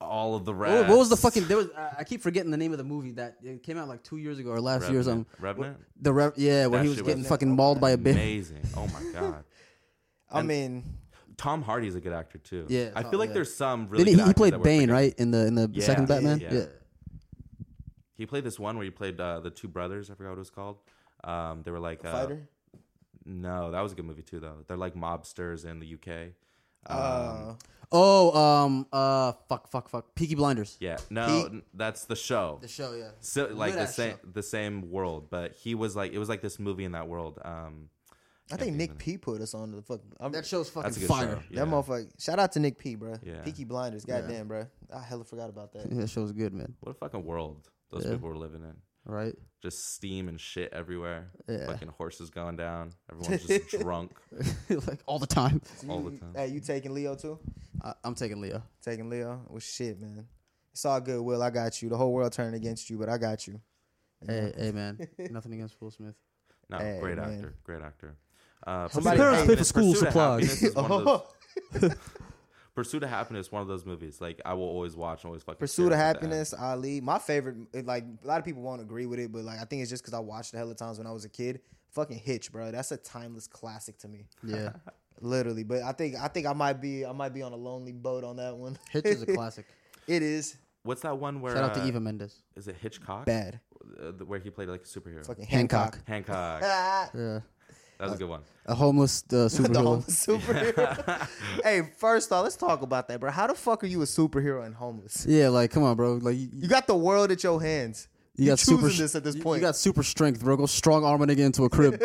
Speaker 5: all of the
Speaker 1: What,
Speaker 5: rest.
Speaker 1: what was the fucking? There was I- I keep forgetting the name of the movie that it came out like two years ago or last year or
Speaker 5: Revenant?
Speaker 1: something.
Speaker 5: Revenant?
Speaker 1: The rev, yeah, where
Speaker 5: That
Speaker 1: he was
Speaker 5: shit
Speaker 1: getting
Speaker 5: was
Speaker 1: fucking mauled by a *laughs* bitch.
Speaker 5: Amazing. Oh
Speaker 1: *laughs*
Speaker 5: my god.
Speaker 4: I mean,
Speaker 5: Tom Hardy's a good actor too.
Speaker 1: Yeah,
Speaker 5: I
Speaker 1: Tom-
Speaker 5: feel like
Speaker 1: yeah.
Speaker 5: there's some really.
Speaker 1: Did he,
Speaker 5: good
Speaker 1: he
Speaker 5: actors
Speaker 1: played
Speaker 5: that we're
Speaker 1: Bane
Speaker 5: forgetting.
Speaker 1: right in the in the
Speaker 5: Yeah.
Speaker 1: second
Speaker 5: Yeah,
Speaker 1: Batman?
Speaker 5: yeah. He played this one where he played uh, the two brothers. I forgot what it was called. Um, they were like uh,
Speaker 4: fighter.
Speaker 5: No, that was a good movie too though. They're like mobsters in the UK. um,
Speaker 4: Uh,
Speaker 1: Oh, um, uh, fuck, fuck, fuck. Peaky Blinders.
Speaker 5: Yeah. No,
Speaker 1: He-
Speaker 5: n- that's the show.
Speaker 1: The show, yeah.
Speaker 5: So, like the
Speaker 1: Good-ass
Speaker 5: same
Speaker 1: show.
Speaker 5: the same world, but he was like it was like this movie in that world. Um,
Speaker 4: I think Nick P put us on to the fuck. I'm,
Speaker 1: That
Speaker 4: that
Speaker 1: show's fucking
Speaker 5: that's a good
Speaker 1: fire.
Speaker 5: show. Yeah.
Speaker 4: motherfucker. Shout out to Nick P, bro.
Speaker 5: Yeah.
Speaker 4: Peaky Blinders. Goddamn, bro. I hella forgot about that.
Speaker 1: Yeah, that show's good, man.
Speaker 5: What a fucking world those people were living in.
Speaker 1: Right? *laughs*
Speaker 5: Just steam and shit everywhere.
Speaker 1: Yeah.
Speaker 5: Fucking horses going down. Everyone's just drunk
Speaker 1: like all the time.
Speaker 5: *laughs* all the time.
Speaker 4: Hey, you taking Leo too?
Speaker 1: I, I'm taking Leo.
Speaker 4: Taking Leo? Well, shit, man. It's all good, Will. I got you. The whole world turned against you, but I got you.
Speaker 1: Hey, hey,
Speaker 4: *laughs*
Speaker 1: man. Nothing against Will Smith.
Speaker 5: No,
Speaker 4: Hey,
Speaker 5: great
Speaker 4: man.
Speaker 5: actor. Great actor. Uh,
Speaker 4: Somebody-
Speaker 5: Pursuit of
Speaker 4: Parents pay for
Speaker 5: Happiness-
Speaker 1: school
Speaker 5: Pursuit of
Speaker 1: supplies.
Speaker 5: Happiness is one of those-
Speaker 4: Oh,
Speaker 5: Pursuit of Happiness, one of those movies. Like I will always watch and always
Speaker 4: *laughs*
Speaker 5: fucking.
Speaker 4: Pursuit of
Speaker 5: tear up at the end.
Speaker 4: Happiness, Ali. My favorite. it, Like a lot of people won't agree with it, but like I think it's just because I watched it hella times when I was a kid. Fucking Hitch, bro. That's a timeless classic to me,
Speaker 1: Yeah.
Speaker 4: literally. But I think I think I might be I might be on a lonely boat on that one.
Speaker 1: Hitch is a classic.
Speaker 4: *laughs* It is
Speaker 5: What's that one where?
Speaker 1: Shout out to
Speaker 5: uh,
Speaker 1: Eva Mendes.
Speaker 5: Is it Hitchcock?
Speaker 4: bad.
Speaker 5: Uh, the- where he played like a superhero.
Speaker 4: Fucking
Speaker 1: Hancock.
Speaker 4: Hancock.
Speaker 5: Hancock. that
Speaker 1: *laughs*
Speaker 4: Ah,
Speaker 1: Yeah.
Speaker 5: was a good one.
Speaker 1: A homeless
Speaker 4: *laughs*
Speaker 1: uh, *laughs*
Speaker 4: the
Speaker 1: superhero.
Speaker 4: homeless superhero. *laughs* hey, first off, let's talk about that, bro. How the fuck are you a superhero and homeless?
Speaker 1: yeah, like come on, bro. Like you,
Speaker 4: You got the world at your hands.
Speaker 1: you
Speaker 4: You
Speaker 1: got
Speaker 4: choosing
Speaker 1: super
Speaker 4: this at this
Speaker 1: you-
Speaker 4: point.
Speaker 1: You got super strength, bro. Go strong arm a nigga into a crib.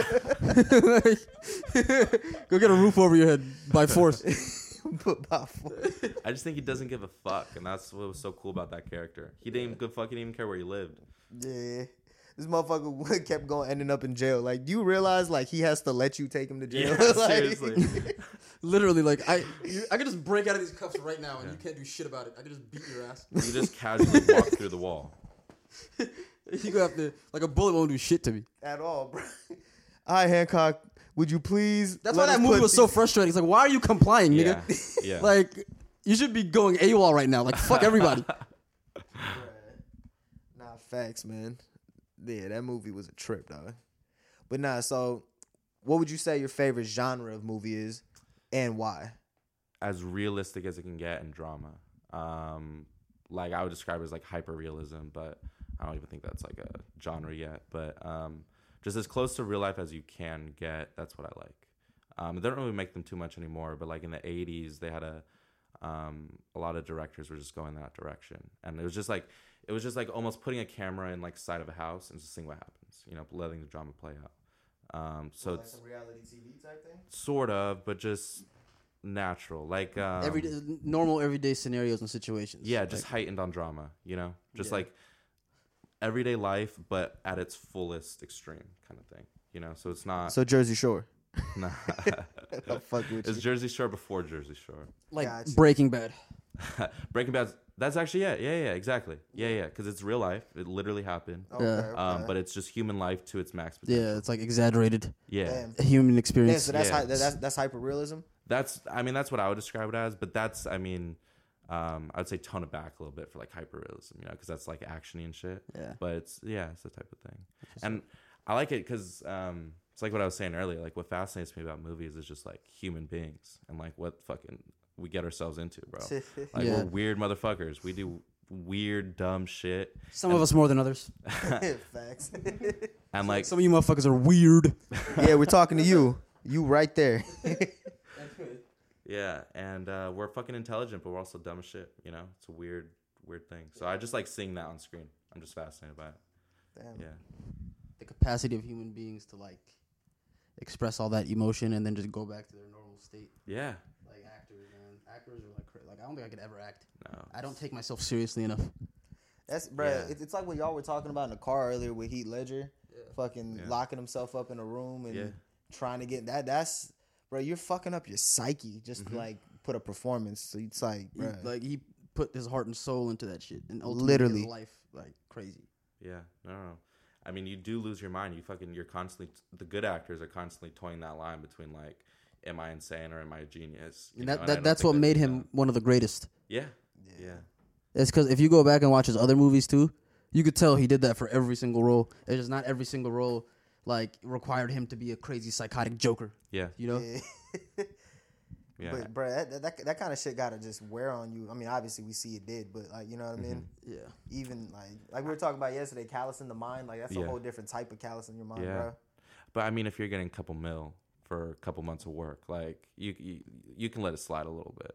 Speaker 1: *laughs* Go get a roof over your head by
Speaker 4: *laughs*
Speaker 1: force.
Speaker 4: Put by force.
Speaker 5: I just think he doesn't give a fuck, and that's what was so cool about that character. He didn't even fucking even care where he lived.
Speaker 4: Yeah. This motherfucker *laughs* kept going, ending up in jail. Like, do you realize, like, he has to let you take him to jail?
Speaker 5: Yeah,
Speaker 4: *laughs* Like,
Speaker 5: *laughs*
Speaker 1: *laughs*
Speaker 5: seriously.
Speaker 1: Literally, like I, you, I could just break out of these cuffs right now, and you can't do shit about it. I could just beat your ass. *laughs*
Speaker 5: You just casually walk through the wall.
Speaker 1: you gonna have to, like a bullet won't do shit to me.
Speaker 4: At all, bro. *laughs* All right, Hancock, would you please?
Speaker 1: That's
Speaker 4: let
Speaker 1: why
Speaker 4: us
Speaker 1: that movie
Speaker 4: put
Speaker 1: was so
Speaker 4: these-
Speaker 1: frustrating. It's like, why are you complying,
Speaker 5: Yeah,
Speaker 1: nigga?
Speaker 5: yeah.
Speaker 1: *laughs* like, you should be going AWOL right now. Like, fuck
Speaker 5: *laughs*
Speaker 1: everybody.
Speaker 5: Um,
Speaker 4: Nah, facts, man. Yeah, that movie was a trip, dog. But nah, so what would you say your favorite genre of movie is and why?
Speaker 5: as realistic as it can get in drama. Um, like I would describe it as like hyper realism, but I don't even think that's like a genre yet. But um, just as close to real life as you can get, that's what I like. Um, they don't really make them too much anymore, but like in the '80s, they had a um, a lot of directors were just going that direction, and it was just like it was just like almost putting a camera in like side of a house and just seeing what happens, you know, letting the drama play out. Um, so it's
Speaker 4: reality TV type thing?
Speaker 5: sort of, but just natural, like um,
Speaker 1: Every normal everyday scenarios and situations.
Speaker 5: yeah, just heightened on drama, you know? Just
Speaker 1: Yeah.
Speaker 5: like everyday life, but at its fullest extreme kind of thing, you know? So it's not.
Speaker 4: So Jersey Shore.
Speaker 5: *laughs* nah.
Speaker 4: Oh, fuck with
Speaker 5: it's
Speaker 4: you.
Speaker 5: Jersey Shore before Jersey Shore. *laughs*
Speaker 1: like
Speaker 4: Gotcha.
Speaker 1: Breaking Bad.
Speaker 5: Breaking Bad, that's actually it. Yeah, yeah, exactly. Yeah, yeah, because it's real life. It literally happened.
Speaker 1: Yeah.
Speaker 5: Um, but it's just human life to its max potential.
Speaker 1: Yeah, it's like exaggerated
Speaker 5: Yeah.
Speaker 4: Damn.
Speaker 1: human
Speaker 4: Yeah,
Speaker 1: experience.
Speaker 4: so that's
Speaker 5: yeah.
Speaker 4: hy- that- that's that's hyper
Speaker 5: *laughs*
Speaker 4: realism.
Speaker 5: That's, I mean, that's what I would describe it as, but that's, I mean, um, I would say tone it back a little bit for like hyperrealism, you know, because that's like actiony and shit.
Speaker 1: Yeah.
Speaker 5: But it's yeah, it's the type of thing, and I like it because um, it's like what I was saying earlier. Like what fascinates me about movies is just like human beings and like what fucking we get ourselves into, bro. Like
Speaker 1: Yeah.
Speaker 5: we're weird motherfuckers. We do weird dumb shit,
Speaker 1: Some of us more than others.
Speaker 4: *laughs* facts.
Speaker 5: and like
Speaker 1: Some of you motherfuckers are weird.
Speaker 4: yeah, we're talking to you. You right there.
Speaker 5: yeah, and uh, we're fucking intelligent, but we're also dumb as shit. You know, it's a weird, weird thing. So I just like seeing that on screen. I'm just fascinated by it.
Speaker 4: Damn.
Speaker 5: Yeah.
Speaker 1: The capacity of human beings to like express all that emotion and then just go back to their normal state.
Speaker 5: Yeah.
Speaker 1: Like actors, man. Actors are like cra- like I don't think I could ever act.
Speaker 5: No.
Speaker 1: I don't take myself seriously enough.
Speaker 4: That's bro.
Speaker 5: Yeah.
Speaker 4: It's, it's like what y'all were talking about in the car earlier with Heat Ledger, fucking locking himself up in a room and
Speaker 5: Yeah.
Speaker 4: trying to get that. That's bro. You're fucking up your psyche just
Speaker 5: Mm-hmm.
Speaker 4: to, like put a performance. So it's like,
Speaker 1: He,
Speaker 4: bro,
Speaker 1: like he put his heart and soul into that shit and ultimately
Speaker 4: Literally.
Speaker 1: his life like crazy.
Speaker 5: Yeah, no, no. no. I mean, you do lose your mind. You fucking, you're constantly. The good actors are constantly toying that line between like, am I insane or am I a genius? You
Speaker 1: And
Speaker 5: know,
Speaker 1: that,
Speaker 5: and I
Speaker 1: that
Speaker 5: don't
Speaker 1: that's
Speaker 5: think
Speaker 1: what
Speaker 5: they
Speaker 1: made
Speaker 5: do
Speaker 1: him
Speaker 5: that.
Speaker 1: one of the greatest.
Speaker 5: Yeah, yeah,
Speaker 1: It's because if you go back and watch his other movies too, you could tell he did that for every single role. It's just not every single role like required him to be a crazy psychotic Joker.
Speaker 5: Yeah.
Speaker 1: You know,
Speaker 5: Yeah.
Speaker 4: But bro, that that, that kind of shit gotta just wear on you. I mean, obviously we see it did, but like you know what I mean.
Speaker 5: Mm-hmm.
Speaker 1: yeah.
Speaker 4: Even like like we were talking about yesterday, callous in the mind. Like that's a
Speaker 5: Yeah.
Speaker 4: whole different type of callous in your mind,
Speaker 5: Yeah.
Speaker 4: bro.
Speaker 5: But I mean, if you're getting a couple mil for a couple months of work, like you you, you can let it slide a little bit.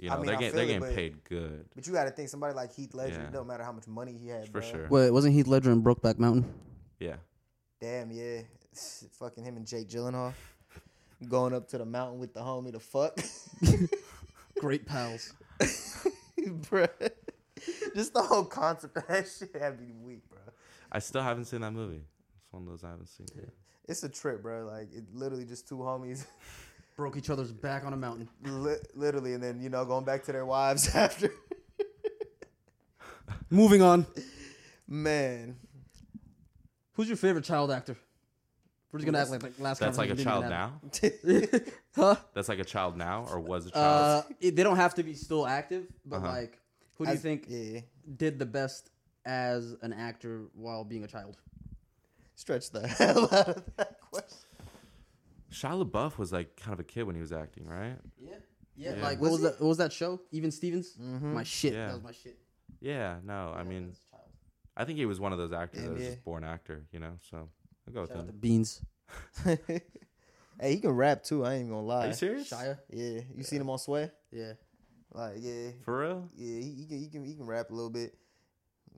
Speaker 5: You
Speaker 4: I
Speaker 5: know,
Speaker 4: mean,
Speaker 5: they're
Speaker 4: I
Speaker 5: getting
Speaker 4: feel
Speaker 5: they're
Speaker 4: it,
Speaker 5: getting
Speaker 4: but-
Speaker 5: paid good
Speaker 4: But you gotta think somebody like Heath Ledger.
Speaker 5: Yeah.
Speaker 4: It don't matter how much money he had,
Speaker 5: for
Speaker 4: bro.
Speaker 5: sure.
Speaker 1: Wait, wasn't Heath Ledger in Brokeback Mountain?
Speaker 5: Yeah,
Speaker 4: Damn, yeah. *laughs* Fucking him and Jake Gyllenhaal going up to the mountain with the homie to fuck. *laughs*
Speaker 1: Great pals.
Speaker 4: bro. Just the whole concept of that *laughs* shit had me weak, bro.
Speaker 5: I still haven't seen that movie. It's one of those I haven't seen.
Speaker 4: It's a trip, bro. Like it literally just two homies, *laughs*
Speaker 1: Broke each other's back on a mountain.
Speaker 4: li- literally, and then you know going back to their wives *laughs* after.
Speaker 1: Moving on.
Speaker 4: Man,
Speaker 1: Who's your favorite child actor? We're just gonna act like the last.
Speaker 5: That's like a
Speaker 1: conversation
Speaker 5: child
Speaker 1: didn't
Speaker 5: now.
Speaker 1: even happen. *laughs* huh?
Speaker 5: That's like a child now, or was a child.
Speaker 1: Uh, it, they don't have to be still active, but
Speaker 5: Uh-huh.
Speaker 1: like, who do you
Speaker 4: I-
Speaker 1: think
Speaker 4: Yeah,
Speaker 1: did the best as an actor while being a child?
Speaker 4: stretch the *laughs* hell out of that question.
Speaker 5: Shia LaBeouf was like kind of a kid when he was acting, right?
Speaker 1: Yeah, yeah.
Speaker 5: Yeah.
Speaker 1: Like, what was,
Speaker 4: Was
Speaker 1: that? What was that show? Even Stevens. My shit.
Speaker 5: Yeah.
Speaker 1: That was my shit.
Speaker 5: Yeah. No, I mean,
Speaker 1: As a child.
Speaker 5: I think he was one of those actors that was
Speaker 4: yeah.
Speaker 5: just born actor. You know, so I'll go with
Speaker 1: Shout out to
Speaker 5: him.
Speaker 1: Beans.
Speaker 4: *laughs* hey, he can rap too. I ain't gonna lie.
Speaker 5: Are you serious?
Speaker 1: Shia.
Speaker 4: Yeah, you seen him on Sway?
Speaker 1: Yeah.
Speaker 4: Like, yeah,
Speaker 5: For real?
Speaker 4: yeah, he, he can he can he can rap a little bit.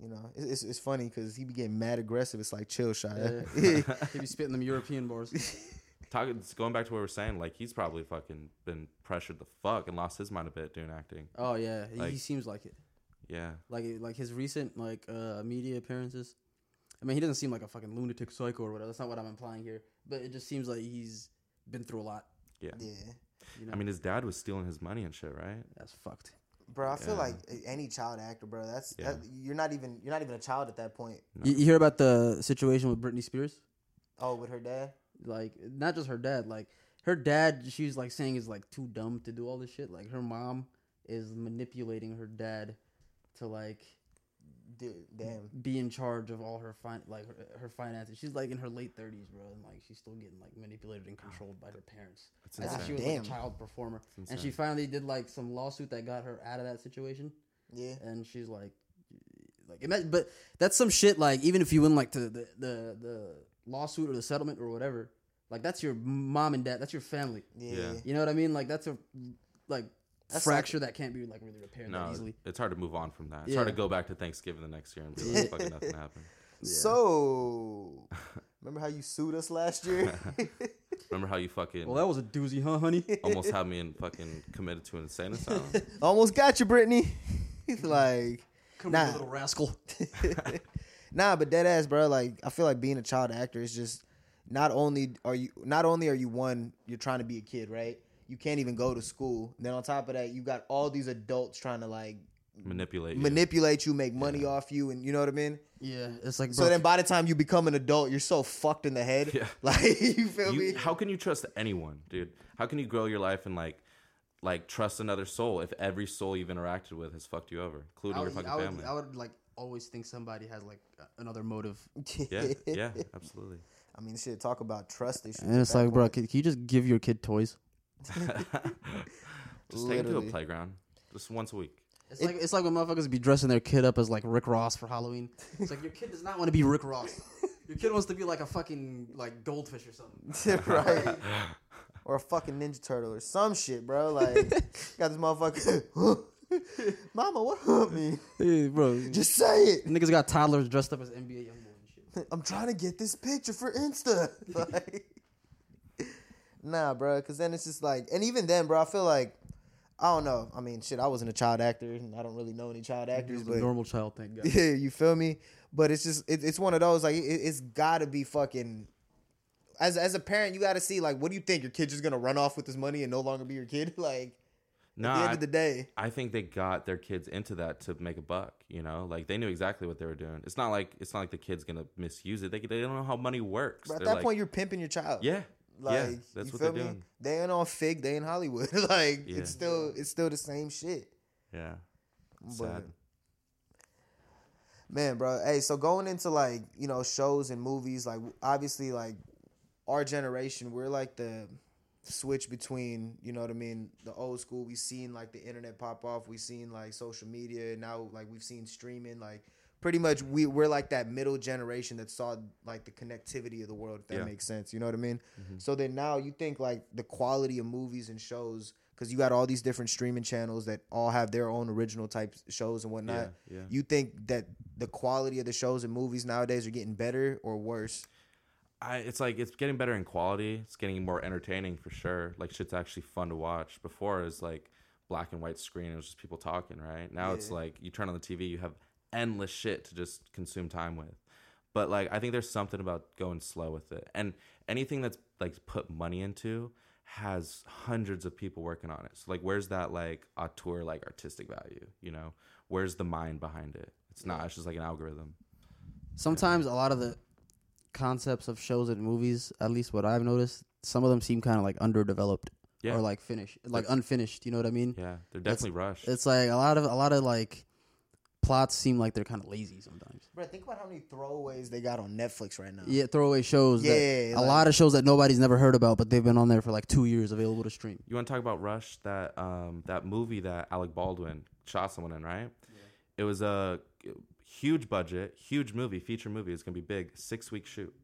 Speaker 4: You know, it's it's, it's funny because he be getting mad aggressive. It's like chill, *laughs* Shia.
Speaker 5: *laughs*
Speaker 1: *laughs* He be spitting them European bars.
Speaker 5: Talk, it's going back to what we were saying, like he's probably fucking been pressured the fuck and lost his mind a bit doing acting.
Speaker 1: Oh yeah, he, he
Speaker 5: Like-
Speaker 1: seems like it.
Speaker 5: Yeah.
Speaker 1: Like like his recent like uh media appearances. I mean, he doesn't seem like a fucking lunatic psycho or whatever. That's not what I'm implying here. But it just seems like he's been through a lot.
Speaker 5: Yeah.
Speaker 4: yeah.
Speaker 5: I mean, his dad was stealing his money and shit, right?
Speaker 1: That's fucked.
Speaker 4: Bro, I feel
Speaker 5: Yeah.
Speaker 4: like any child actor, bro. That's
Speaker 5: Yeah.
Speaker 4: that, you're not even you're not even a child at that point.
Speaker 1: You, you hear about the situation with Britney Spears?
Speaker 4: Oh, with her dad.
Speaker 1: Like, not just her dad. Like, her dad, she's like saying is like too dumb to do all this shit. Like, her mom is manipulating her dad to like
Speaker 4: Dude, damn.
Speaker 1: be in charge of all her fin- like her, her finances. She's like in her late thirties, bro, and like she's still getting like manipulated and controlled by her parents.
Speaker 5: That's
Speaker 1: As if she
Speaker 5: insane.
Speaker 1: was like,
Speaker 4: Damn.
Speaker 1: a child performer,
Speaker 5: That's
Speaker 1: and she finally did like some lawsuit that got her out of that situation.
Speaker 4: Yeah.
Speaker 1: And she's like, like, imagine, but that's some shit. Like, even if you win like the the the, the lawsuit or the settlement or whatever, like that's your mom and dad, that's your family.
Speaker 4: Yeah.
Speaker 5: Yeah.
Speaker 1: You know what I mean? Like that's a like
Speaker 4: That's
Speaker 1: fracture that can't be like really repaired that
Speaker 5: No,
Speaker 1: easily.
Speaker 5: it's hard to move on from that. It's hard
Speaker 1: Yeah.
Speaker 5: to go back to Thanksgiving the next year and be
Speaker 1: *laughs*
Speaker 5: like, fucking nothing happened.
Speaker 4: So remember how you sued us last year?
Speaker 5: Remember how you fucking
Speaker 1: Well, that was a doozy, huh, *laughs* honey?
Speaker 5: almost had me in fucking committed to an insane
Speaker 4: *laughs*
Speaker 5: asylum?
Speaker 4: Almost got you, Brittany. *laughs* like
Speaker 1: Come
Speaker 4: Nah.
Speaker 1: here, little rascal.
Speaker 4: *laughs* nah, but dead ass, bro. Like I feel like being a child actor is just not only are you not only are you one, you're trying to be a kid, right? You can't even go to school. Then on top of that, you got all these adults trying to like
Speaker 5: Manipulate. you.
Speaker 4: manipulate you, make money off you, and you know what I mean.
Speaker 1: Yeah, it's like
Speaker 4: So
Speaker 1: bro,
Speaker 4: then by the time you become an adult, you're so fucked in the head.
Speaker 5: Yeah.
Speaker 4: *laughs* Like you feel
Speaker 5: You-
Speaker 4: me?
Speaker 5: how can you trust anyone, dude? How can you grow your life and like, like trust another soul if every soul you've interacted with has fucked you over, including
Speaker 1: I
Speaker 5: your
Speaker 1: would,
Speaker 5: fucking
Speaker 1: I would-
Speaker 4: *laughs*
Speaker 5: family?
Speaker 1: I would, like always think somebody has like a- another motive.
Speaker 5: yeah, yeah, absolutely.
Speaker 4: *laughs*
Speaker 5: *laughs*
Speaker 4: I mean, shit. Talk about trust issues.
Speaker 1: And it's like, bro, can, you just give your kid toys?
Speaker 5: Just take 'em to a
Speaker 4: Literally.
Speaker 5: playground, just once a week.
Speaker 1: It's like it's like when motherfuckers be dressing their kid up as like Rick Ross for Halloween. It's like your kid does not want to be Rick *laughs* Ross. Your kid wants to be like a fucking like goldfish or something. *laughs*
Speaker 4: *laughs* right? or a fucking Ninja Turtle or some shit, bro. *laughs* Like got this motherfucker. *gasps* Mama, what hurt me?
Speaker 1: bro,
Speaker 4: *laughs* Just say it.
Speaker 1: niggas got toddlers dressed up as NBA young boy and shit.
Speaker 4: I'm trying to get this picture for Insta. *laughs* Like, nah, bro. Because then it's just like, and even then, bro, I feel like, I don't know. I mean, shit, I wasn't a child actor, and I don't really know any child actors,
Speaker 1: He's
Speaker 4: but
Speaker 1: a normal child, thank God.
Speaker 4: yeah, you feel me? But it's just, it, it's one of those like, it, it's got to be fucking. As as a parent, you got to see like, what do you think your kid's just gonna run off with his money and no longer be your kid? *laughs* Like,
Speaker 5: No,
Speaker 4: at the end
Speaker 5: I-
Speaker 4: of the day,
Speaker 5: I think they got their kids into that to make a buck. You know, like they knew exactly what they were doing. It's not like it's not like the kid's gonna misuse it. They they don't know how money works.
Speaker 4: bro, at
Speaker 5: They're
Speaker 4: that
Speaker 5: like,
Speaker 4: point, you're pimping your child.
Speaker 5: yeah,
Speaker 4: like
Speaker 5: yeah,
Speaker 4: you
Speaker 5: that's what
Speaker 4: feel
Speaker 5: they're
Speaker 4: me?
Speaker 5: doing.
Speaker 4: They ain't on Fig, they in Hollywood. *laughs* like,
Speaker 5: Yeah.
Speaker 4: it's still, it's still the same shit.
Speaker 5: Yeah,
Speaker 4: But
Speaker 5: sad.
Speaker 4: Man, bro. Hey, so going into like, you know, shows and movies, like obviously like our generation, we're like the switch between, you know what I mean, the old school, we seen like the internet pop off, we seen like social media, and now like we've seen streaming, like pretty much we we're like that middle generation that saw like the connectivity of the world, if that
Speaker 5: Yeah.
Speaker 4: makes sense. You know what I mean? So then now you think like the quality of movies and shows because you got all these different streaming channels that all have their own original type shows and whatnot
Speaker 5: Yeah, yeah.
Speaker 4: you think that the quality of the shows and movies nowadays are getting better or worse?
Speaker 5: I, it's like it's getting better in quality. It's getting more entertaining for sure. Like shit's actually fun to watch. Before it was like black and white screen. It was just people talking, right? Now it's like you turn on the TV, you have endless shit to just consume time with. But like I think there's something about going slow with it. And anything that's like put money into has hundreds of people working on it. So like where's that like auteur like artistic value? You know, where's the mind behind it? It's not. It's just like an algorithm.
Speaker 1: Sometimes a lot of the concepts of shows and movies, at least what I've noticed, some of them seem kind of like underdeveloped
Speaker 5: Yeah.
Speaker 1: or like finished, like unfinished. You know what I mean?
Speaker 5: Yeah, they're definitely rushed.
Speaker 1: It's like a lot of a lot of like plots seem like they're kind of lazy sometimes.
Speaker 4: Bro, think about how many throwaways they got on Netflix right now.
Speaker 1: Yeah, throwaway shows. that-
Speaker 4: Yeah,
Speaker 1: a
Speaker 4: like-
Speaker 1: lot of shows that nobody's never heard about, but they've been on there for like two years, available to stream.
Speaker 5: You want to talk about Rush? That um, that movie that Alec Baldwin shot someone in, right? It was a huge budget, huge movie, feature movie. It's gonna be big, six week shoot.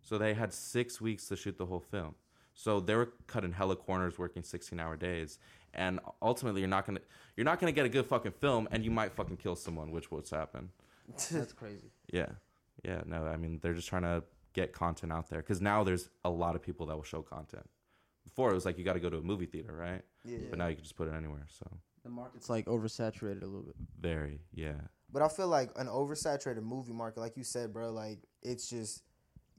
Speaker 5: So they had six weeks to shoot the whole film. So they were cutting hella corners, working sixteen hour days, and ultimately you're not gonna you're not gonna get a good fucking film, and you might fucking kill someone, which was happened.
Speaker 1: *laughs* That's crazy.
Speaker 5: Yeah, yeah. No, I mean they're just trying to get content out there because now there's a lot of people that will show content. Before it was like you got to go to a movie theater, right? Yeah. But now you can just put it anywhere. So
Speaker 1: The market's like oversaturated a little bit.
Speaker 5: very, yeah,
Speaker 4: But I feel like an oversaturated movie market, like you said, bro, like it's just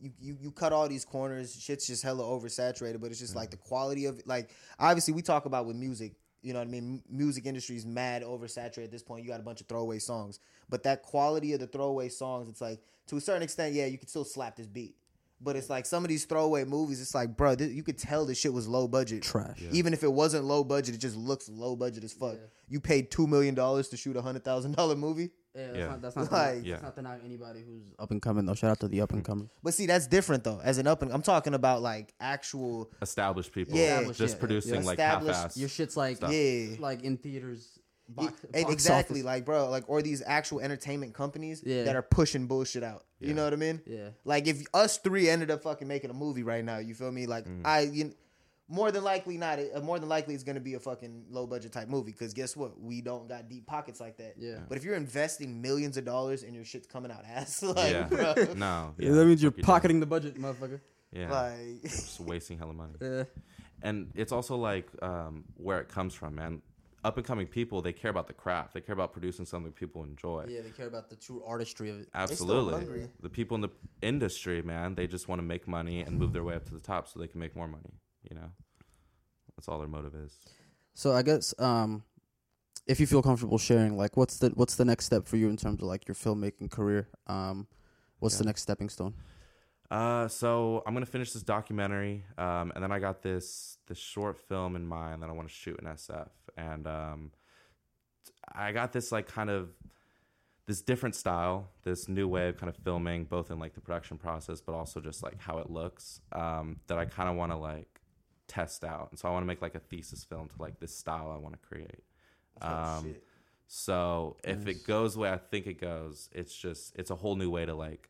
Speaker 4: you, you you cut all these corners, shit's just hella oversaturated, but it's just like the quality of like obviously we talk about with music, you know what I mean? M- music industry's mad oversaturated at this point. You got a bunch of throwaway songs. But that quality of the throwaway songs, it's like to a certain extent, yeah, you can still slap this beat. But it's like some of these throwaway movies, it's like, bro, th- you could tell this shit was low budget.
Speaker 1: Trash. Yeah.
Speaker 4: Even if it wasn't low budget, it just looks low budget as fuck. You paid $2 million to shoot a $100,000 movie.
Speaker 1: Yeah, that's
Speaker 5: Yeah.
Speaker 1: not that's not,
Speaker 4: Like-
Speaker 1: to,
Speaker 5: Yeah.
Speaker 1: that's
Speaker 5: Mm-hmm.
Speaker 1: not to knock anybody who's up and coming though. Shout out to the up and comers.
Speaker 4: But see, that's different though. As an up and I'm talking about like actual
Speaker 5: established people,
Speaker 4: Yeah. Established,
Speaker 5: just
Speaker 1: yeah, yeah.
Speaker 5: producing like
Speaker 4: Established-
Speaker 5: half-assed.
Speaker 1: Your shit's like
Speaker 5: Stop.
Speaker 4: yeah,
Speaker 1: like in theaters. box-
Speaker 4: E-
Speaker 1: box
Speaker 4: exactly.
Speaker 1: office.
Speaker 4: Like bro, like or these actual entertainment companies
Speaker 1: Yeah.
Speaker 4: that are pushing bullshit out. You know what I mean?
Speaker 1: Yeah.
Speaker 4: Like if us three ended up fucking making a movie right now, you feel me?
Speaker 1: Mm.
Speaker 4: Like I, you, more than likely not. uh, More than likely, it's gonna be a fucking low budget type movie. Because guess what? We don't got deep pockets like that.
Speaker 1: Yeah.
Speaker 4: But if you're investing millions of dollars and your shit's coming out *laughs* ass, like
Speaker 5: yeah,
Speaker 4: bro,
Speaker 5: *laughs* no,
Speaker 1: Yeah,
Speaker 5: yeah,
Speaker 1: that means you're
Speaker 5: fuck you, dude.
Speaker 1: pocketing the budget, motherfucker.
Speaker 5: Yeah,
Speaker 4: like
Speaker 5: just wasting hella money.
Speaker 1: Yeah.
Speaker 5: and it's also like um, where it comes from, man. Up and coming people, they care about the craft. They care about producing something people enjoy.
Speaker 1: Yeah, they care about the true artistry of it.
Speaker 4: still
Speaker 5: Absolutely.
Speaker 4: hungry.
Speaker 5: The people in the industry, man, they just want to make money and move their way up to the top so they can make more money, you know? That's all their motive is.
Speaker 1: So I guess um if you feel comfortable sharing, like what's the what's the next step for you in terms of like your filmmaking career? Um what's the next stepping stone?
Speaker 5: Uh, so I'm gonna finish this documentary, um, and then I got this this short film in mind that I want to shoot in SF, and um, I got this like kind of this different style, this new way of kind of filming, both in like the production process, but also just like how it looks. Um, that I kind of want to like test out, and so I want to make like a thesis film to like this style I want to create. Um, so if it goes the way I think it goes, it's just it's a whole new way to like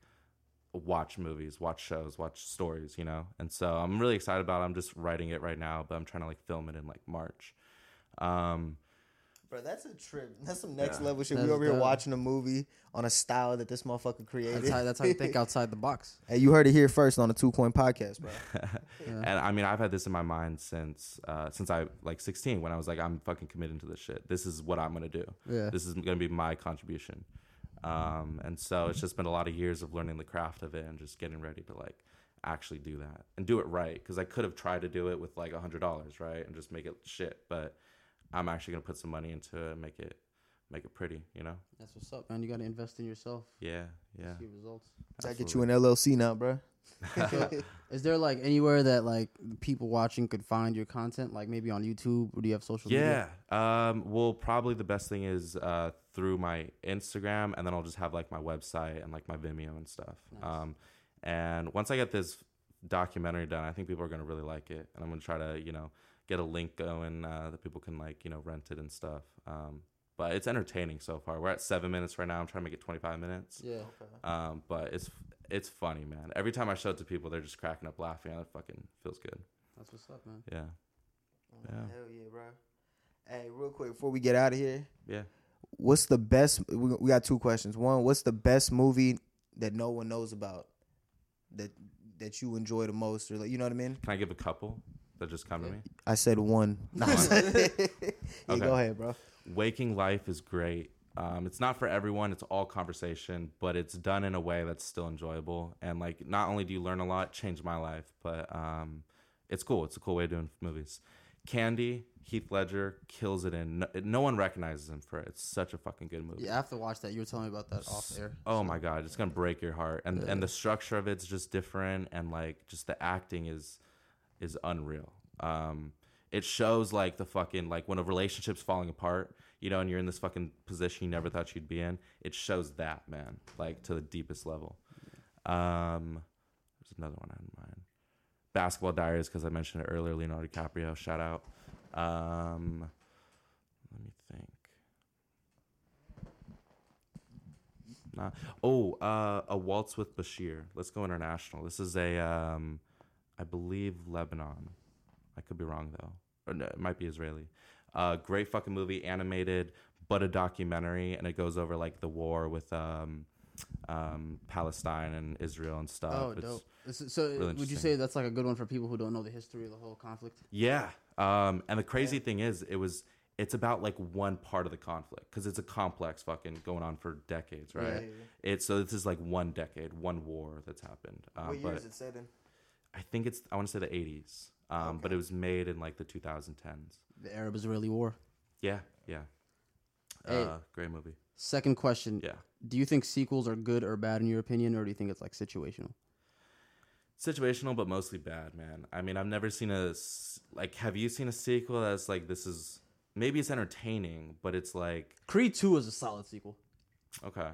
Speaker 5: watch movies, watch shows, watch stories, you know. And so I'm really excited about. it. I'm just writing it right now, but I'm trying to like film it in like March. Um,
Speaker 4: Bro, that's a trip. *laughs* That's some next
Speaker 5: Yeah.
Speaker 4: level shit.
Speaker 1: That's
Speaker 4: we over here
Speaker 1: dope.
Speaker 4: watching a movie on a style that this motherfucker created.
Speaker 1: That's how that's how you think outside the
Speaker 5: *laughs*
Speaker 1: box.
Speaker 4: *laughs* hey, you heard it here first on the Two Coin Podcast, bro.
Speaker 5: And I mean, I've had this in my mind since uh, since I like 16 when I was like, I'm fucking committing to this shit. This is what I'm gonna do.
Speaker 1: Yeah.
Speaker 5: This is gonna be my contribution. Um, and so it's just been a lot of years of learning the craft of it and just getting ready to like actually do that and do it right because I could have tried to do it with like a hundred dollars, right, and just make it shit. But I'm actually gonna put some money into it, and make it make it pretty, you know?
Speaker 1: That's what's up, man. You gotta invest in yourself.
Speaker 5: Yeah, yeah.
Speaker 1: See results.
Speaker 4: I get you an LLC now, *laughs* bro.
Speaker 1: Is there like anywhere that like people watching could find your content? Like maybe on YouTube or do you have social media?
Speaker 5: Yeah. Um, well, probably the best thing is uh, through my Instagram, and then I'll just have like my website and like my Vimeo and stuff. Um, and once I get this documentary done, I think people are gonna really like it, and I'm gonna try to you know get a link going uh, that people can like you know rent it and stuff. Um, but it's entertaining so far. We're at seven minutes right now. I'm trying to make it 25 minutes.
Speaker 4: Yeah.
Speaker 5: Um, but it's it's funny, man. Every time I show it to people, they're just cracking up, laughing. and It fucking feels good.
Speaker 1: That's what's up, man.
Speaker 5: Yeah, Yeah.
Speaker 4: Hell yeah, bro. Hey, real quick before we get out of here,
Speaker 5: yeah.
Speaker 4: what's the best? We, we got two questions. One, what's the best movie that no one knows about that that you enjoy the most, or like, you know what I mean?
Speaker 5: Can I give a couple that just come to me?
Speaker 4: I said one. Nah, I'm- *laughs* yeah, go ahead, bro.
Speaker 5: Waking Life is great. Um, it's not for everyone. It's all conversation, but it's done in a way that's still enjoyable. And like, not only do you learn a lot, changed my life, but um, it's cool. It's a cool way of doing movies. Candy, Heath Ledger kills it in. No, no one recognizes him for it. It's such a fucking good movie.
Speaker 1: Yeah, I have to watch that. You were telling me about that off air.
Speaker 5: Oh my god, it's gonna break your heart. And and the structure of it's just different, and like just the acting is is unreal. Um, it shows like the fucking like when a relationship's falling apart, you know, and you're in this fucking position you never thought you'd be in. It shows that man, like to the deepest level. Um, there's another one I had in mind. Basketball Diaries, because I mentioned it earlier. Leonardo DiCaprio, shout out. Um, let me think. Nah. Oh, uh, a waltz with Bashir. Let's go international. This is a, um, I believe Lebanon. I could be wrong though. Or no, it might be Israeli. Uh, great fucking movie, animated, but a documentary, and it goes over like the war with um, um, Palestine and Israel and stuff.
Speaker 1: Oh,
Speaker 5: It's-
Speaker 1: dope. This is- So, would you
Speaker 5: interesting.
Speaker 1: say that's like a good one for people who don't know the history of the whole conflict?
Speaker 5: Yeah. Um, and the crazy thing is, it was it's about like one part of the conflict because it's a complex fucking going on for decades, right?
Speaker 4: Uh,
Speaker 5: It's so this is like one decade, one war that's happened. Um,
Speaker 4: What
Speaker 5: but
Speaker 4: year is it set in?
Speaker 5: I think it's I want to say the 80s, um, but it was made in like the 2010s.
Speaker 1: The Arab-Israeli War.
Speaker 5: Yeah, yeah.
Speaker 1: Hey.
Speaker 5: Uh, great movie.
Speaker 1: Second question.
Speaker 5: Yeah.
Speaker 1: Do you think sequels are good or bad in your opinion, or do you think it's like situational?
Speaker 5: situational but mostly bad man i mean i've never seen a s- like have you seen a sequel that's like this is maybe it's entertaining but it's like
Speaker 1: Creed Two is a solid sequel.
Speaker 5: okay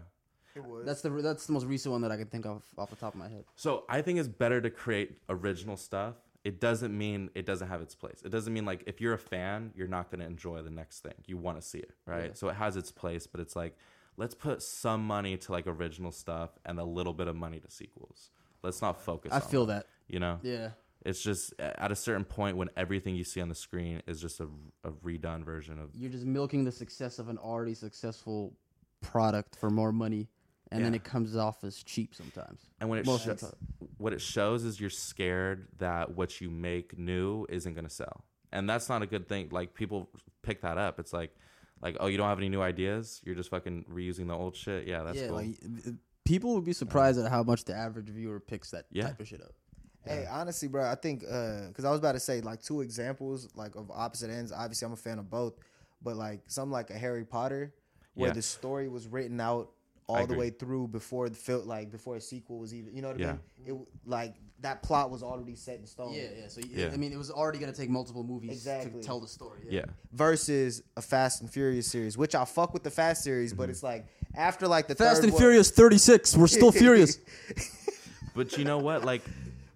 Speaker 4: It was.
Speaker 1: That's the that's the most recent one that I can think of off the top of my head.
Speaker 5: So I think it's better to create original stuff. It doesn't mean it doesn't have its place. It doesn't mean like if you're a fan, you're not going to enjoy the next thing. You want to see it, right? So it has its place, but it's like let's put some money to like original stuff and a little bit of money to sequels. Let's not focus.
Speaker 1: I
Speaker 5: on
Speaker 1: feel that.
Speaker 5: you know.
Speaker 1: Yeah.
Speaker 5: It's just a- at a certain point when everything you see on the screen is just a, a redone version of
Speaker 1: You're just milking the success of an already successful product for more money, and then
Speaker 5: Yeah.
Speaker 1: it comes off as cheap sometimes.
Speaker 5: And when it
Speaker 1: Most
Speaker 5: sho-
Speaker 1: of the time.
Speaker 5: what it shows is you're scared that what you make new isn't going to sell, and that's not a good thing. Like people pick that up. It's like, like oh, you don't have any new ideas. You're just fucking reusing the old shit. Yeah, that's
Speaker 1: yeah.
Speaker 5: cool.
Speaker 1: Like, uh, people would be surprised at how much the average viewer picks that
Speaker 5: Yeah.
Speaker 1: type of shit up.
Speaker 4: Hey, honestly, bro, I think because I was about to say like two examples like of opposite ends. Obviously, I'm a fan of both, but like something like a Harry Potter, where
Speaker 5: Yeah.
Speaker 4: the story was written out all the
Speaker 5: agree.
Speaker 4: way through before the fil- like before a sequel was even. You know what I
Speaker 5: Yeah.
Speaker 4: mean? It w- like that plot was already set in stone.
Speaker 1: Yeah, yeah. So y-
Speaker 5: Yeah.
Speaker 1: I mean, it was already gonna take multiple movies
Speaker 4: Exactly.
Speaker 1: to tell the story. *laughs*
Speaker 5: yeah,
Speaker 4: Versus a Fast and Furious series, which I fuck with the Fast series,
Speaker 5: Mm-hmm.
Speaker 4: but it's like after like the
Speaker 1: Fast
Speaker 4: third
Speaker 1: and
Speaker 4: one-
Speaker 1: Furious 36. We're *laughs* still furious.
Speaker 5: but you know what? Like,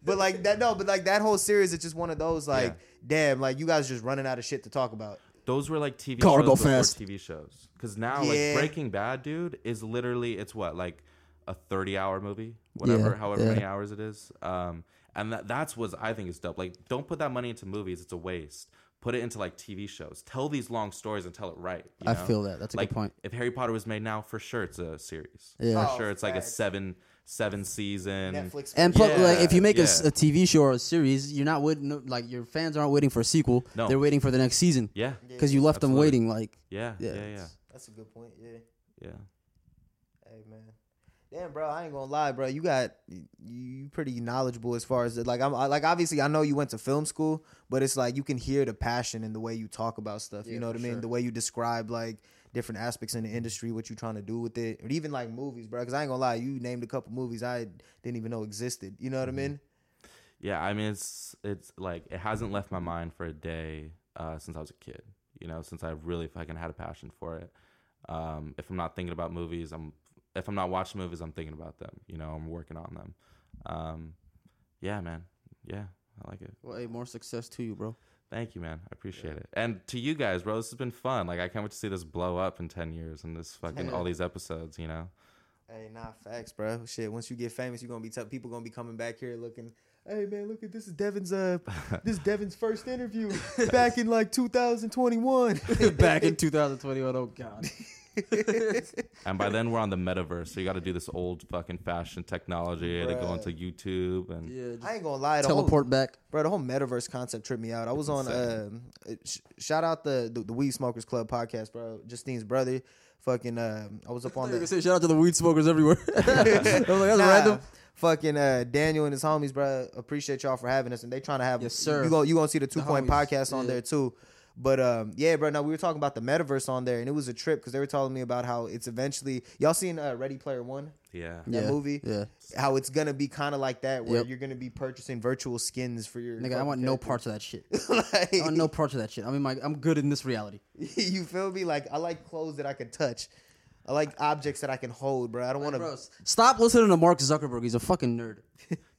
Speaker 4: But like that, no. But like that whole series is just one of those like,
Speaker 5: Yeah.
Speaker 4: damn, like you guys just running out of shit to talk about.
Speaker 5: those were like TV
Speaker 1: Cargo
Speaker 5: shows before
Speaker 1: fast.
Speaker 5: TV shows. Because now,
Speaker 4: Yeah.
Speaker 5: like Breaking Bad, dude, is literally it's what like a thirty-hour movie, whatever,
Speaker 1: Yeah,
Speaker 5: however
Speaker 1: yeah.
Speaker 5: many hours it is. Um, and that, that's what I think is dope. Like, don't put that money into movies; it's a waste. Put it into like TV shows. Tell these long stories and tell it right. you
Speaker 1: I
Speaker 5: know?
Speaker 1: feel that. That's a good
Speaker 5: like,
Speaker 1: point.
Speaker 5: If Harry Potter was made now, for sure it's a series.
Speaker 1: Yeah.
Speaker 5: For sure, it's like a
Speaker 4: Oh, facts.
Speaker 5: seven seven season.
Speaker 4: Netflix
Speaker 1: And plus, like, if you
Speaker 5: Yeah,
Speaker 1: make a s a
Speaker 5: yeah.
Speaker 1: a, TV show or a series, you're not waiting. no- Like your fans aren't waiting for a sequel.
Speaker 5: No.
Speaker 1: They're waiting for the next season.
Speaker 5: Yeah. Yeah.
Speaker 1: Because you left them
Speaker 5: Absolutely.
Speaker 1: waiting. Like
Speaker 5: Yeah.
Speaker 1: yeah,
Speaker 5: Yeah. Yeah.
Speaker 1: it's-
Speaker 4: That's a good point. Yeah.
Speaker 5: Yeah.
Speaker 4: Hey man. Damn, bro, I ain't gonna lie, bro. You got you, you pretty knowledgeable as far as like I'm I, like obviously I know you went to film school, but it's like you can hear the passion in the way you talk about stuff. you know what I mean? The way you describe like different aspects in the industry, what you trying to do with it, or even like movies, bro. Because I ain't gonna lie, you named a couple movies I didn't even know existed. You know what I mean?
Speaker 5: Yeah, I mean, it's it's like it hasn't left my mind for a day uh, since I was a kid. You know, since I really fucking had a passion for it. Um, if I'm not thinking about movies, I'm if I'm not watching movies, I'm thinking about them. You know, I'm working on them. Um, yeah, man. Yeah, I like it.
Speaker 1: Well, hey, more success to you, bro.
Speaker 5: Thank you, man. I appreciate it. And to you guys, bro, this has been fun. Like, I can't wait to see this blow up in 10 years and this fucking all these episodes, you know?
Speaker 4: Hey, nah, facts, bro. Shit, once you get famous, you're gonna be tough. People gonna be coming back here looking. Hey man, look at this is Devin's uh this is Devin's first interview back in like 2021.
Speaker 1: Back in 2021. Oh God.
Speaker 5: And by then, we're on the metaverse. So you got to do this old fucking fashioned technology to go
Speaker 4: Bruh.
Speaker 5: onto YouTube. And
Speaker 1: *laughs* Yeah.
Speaker 4: I ain't gonna lie, the whole,
Speaker 1: teleport back.
Speaker 4: bro. The whole metaverse concept tripped me out. I was on um sh- shout out the, the the Weed Smokers Club podcast, bro. Justine's brother, fucking um, I was up on
Speaker 1: Like I
Speaker 4: the
Speaker 1: say, shout out to the weed smokers *laughs* everywhere. I was like, that's
Speaker 4: Nah,
Speaker 1: random.
Speaker 4: Fucking uh, Daniel and his homies, bro. Appreciate y'all for having us, and they trying to have
Speaker 1: Yes, sir.
Speaker 4: You go, you gonna see the two point
Speaker 1: homies,
Speaker 4: podcast on
Speaker 1: yeah.
Speaker 4: there too. But um, yeah, bro. Now we were talking about the metaverse on there, and it was a trip because they were telling me about how it's eventually. Y'all seen uh, Ready Player One?
Speaker 5: yeah.
Speaker 4: That
Speaker 1: Yeah,
Speaker 4: movie,
Speaker 1: yeah.
Speaker 4: How it's gonna be kind of like that, where
Speaker 1: Yep.
Speaker 4: you're gonna be purchasing virtual skins for your.
Speaker 1: Nigga, I want no
Speaker 4: fucking
Speaker 1: parts of that *laughs* shit.
Speaker 4: *laughs* character.
Speaker 1: I want no parts of that shit. I mean, my, I'm good in this reality.
Speaker 4: you feel me? Like I like clothes that I can touch. I like objects that I can hold, bro. I don't want
Speaker 1: Bro,
Speaker 4: to.
Speaker 1: s- stop listening to Mark Zuckerberg. He's a fucking nerd.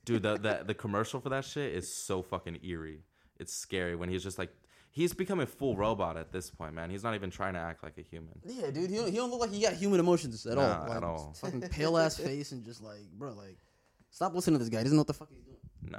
Speaker 5: Dude, the, the, the commercial for that shit is so fucking eerie. It's scary when he's just like, he's become a full robot at this point, man. He's not even trying to act like a human.
Speaker 1: Yeah, dude. He don't, he don't look like he got human emotions at
Speaker 5: Nah,
Speaker 1: all.
Speaker 5: at
Speaker 1: Like, *laughs*
Speaker 5: all.
Speaker 1: Fucking pale ass face and just like, bro, like, stop listening to this guy. He doesn't know what the fuck he's doing.
Speaker 5: No.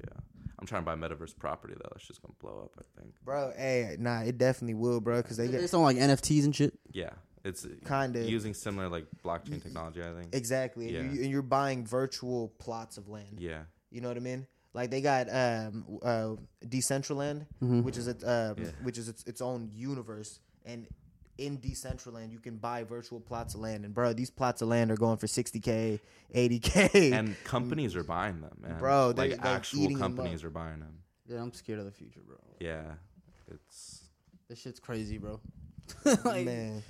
Speaker 5: Yeah. I'm trying to buy metaverse property, though. That's just going to blow up, I think.
Speaker 4: Bro, hey, nah, it definitely will, bro, because they
Speaker 1: They
Speaker 4: get
Speaker 1: just don't like NFTs and shit.
Speaker 5: Yeah. It's
Speaker 4: Kinda.
Speaker 5: using similar, like, blockchain technology, I think.
Speaker 4: Exactly.
Speaker 5: Yeah.
Speaker 4: And, you, and you're buying virtual plots of land.
Speaker 5: Yeah.
Speaker 4: You know what I mean? Like they got um, w- uh, Decentraland, which is a, um,
Speaker 5: Yeah.
Speaker 4: which is its, its own universe, and in Decentraland you can buy virtual plots of land. And bro, these plots of land are going for sixty k, eighty k.
Speaker 5: and companies are buying them, man.
Speaker 4: Bro, they-
Speaker 5: like
Speaker 4: they're
Speaker 5: actual
Speaker 4: eating them
Speaker 5: companies are buying them.
Speaker 1: Yeah, I'm scared of the future, bro.
Speaker 5: Yeah, it's
Speaker 1: This shit's crazy, bro. *laughs*
Speaker 4: man.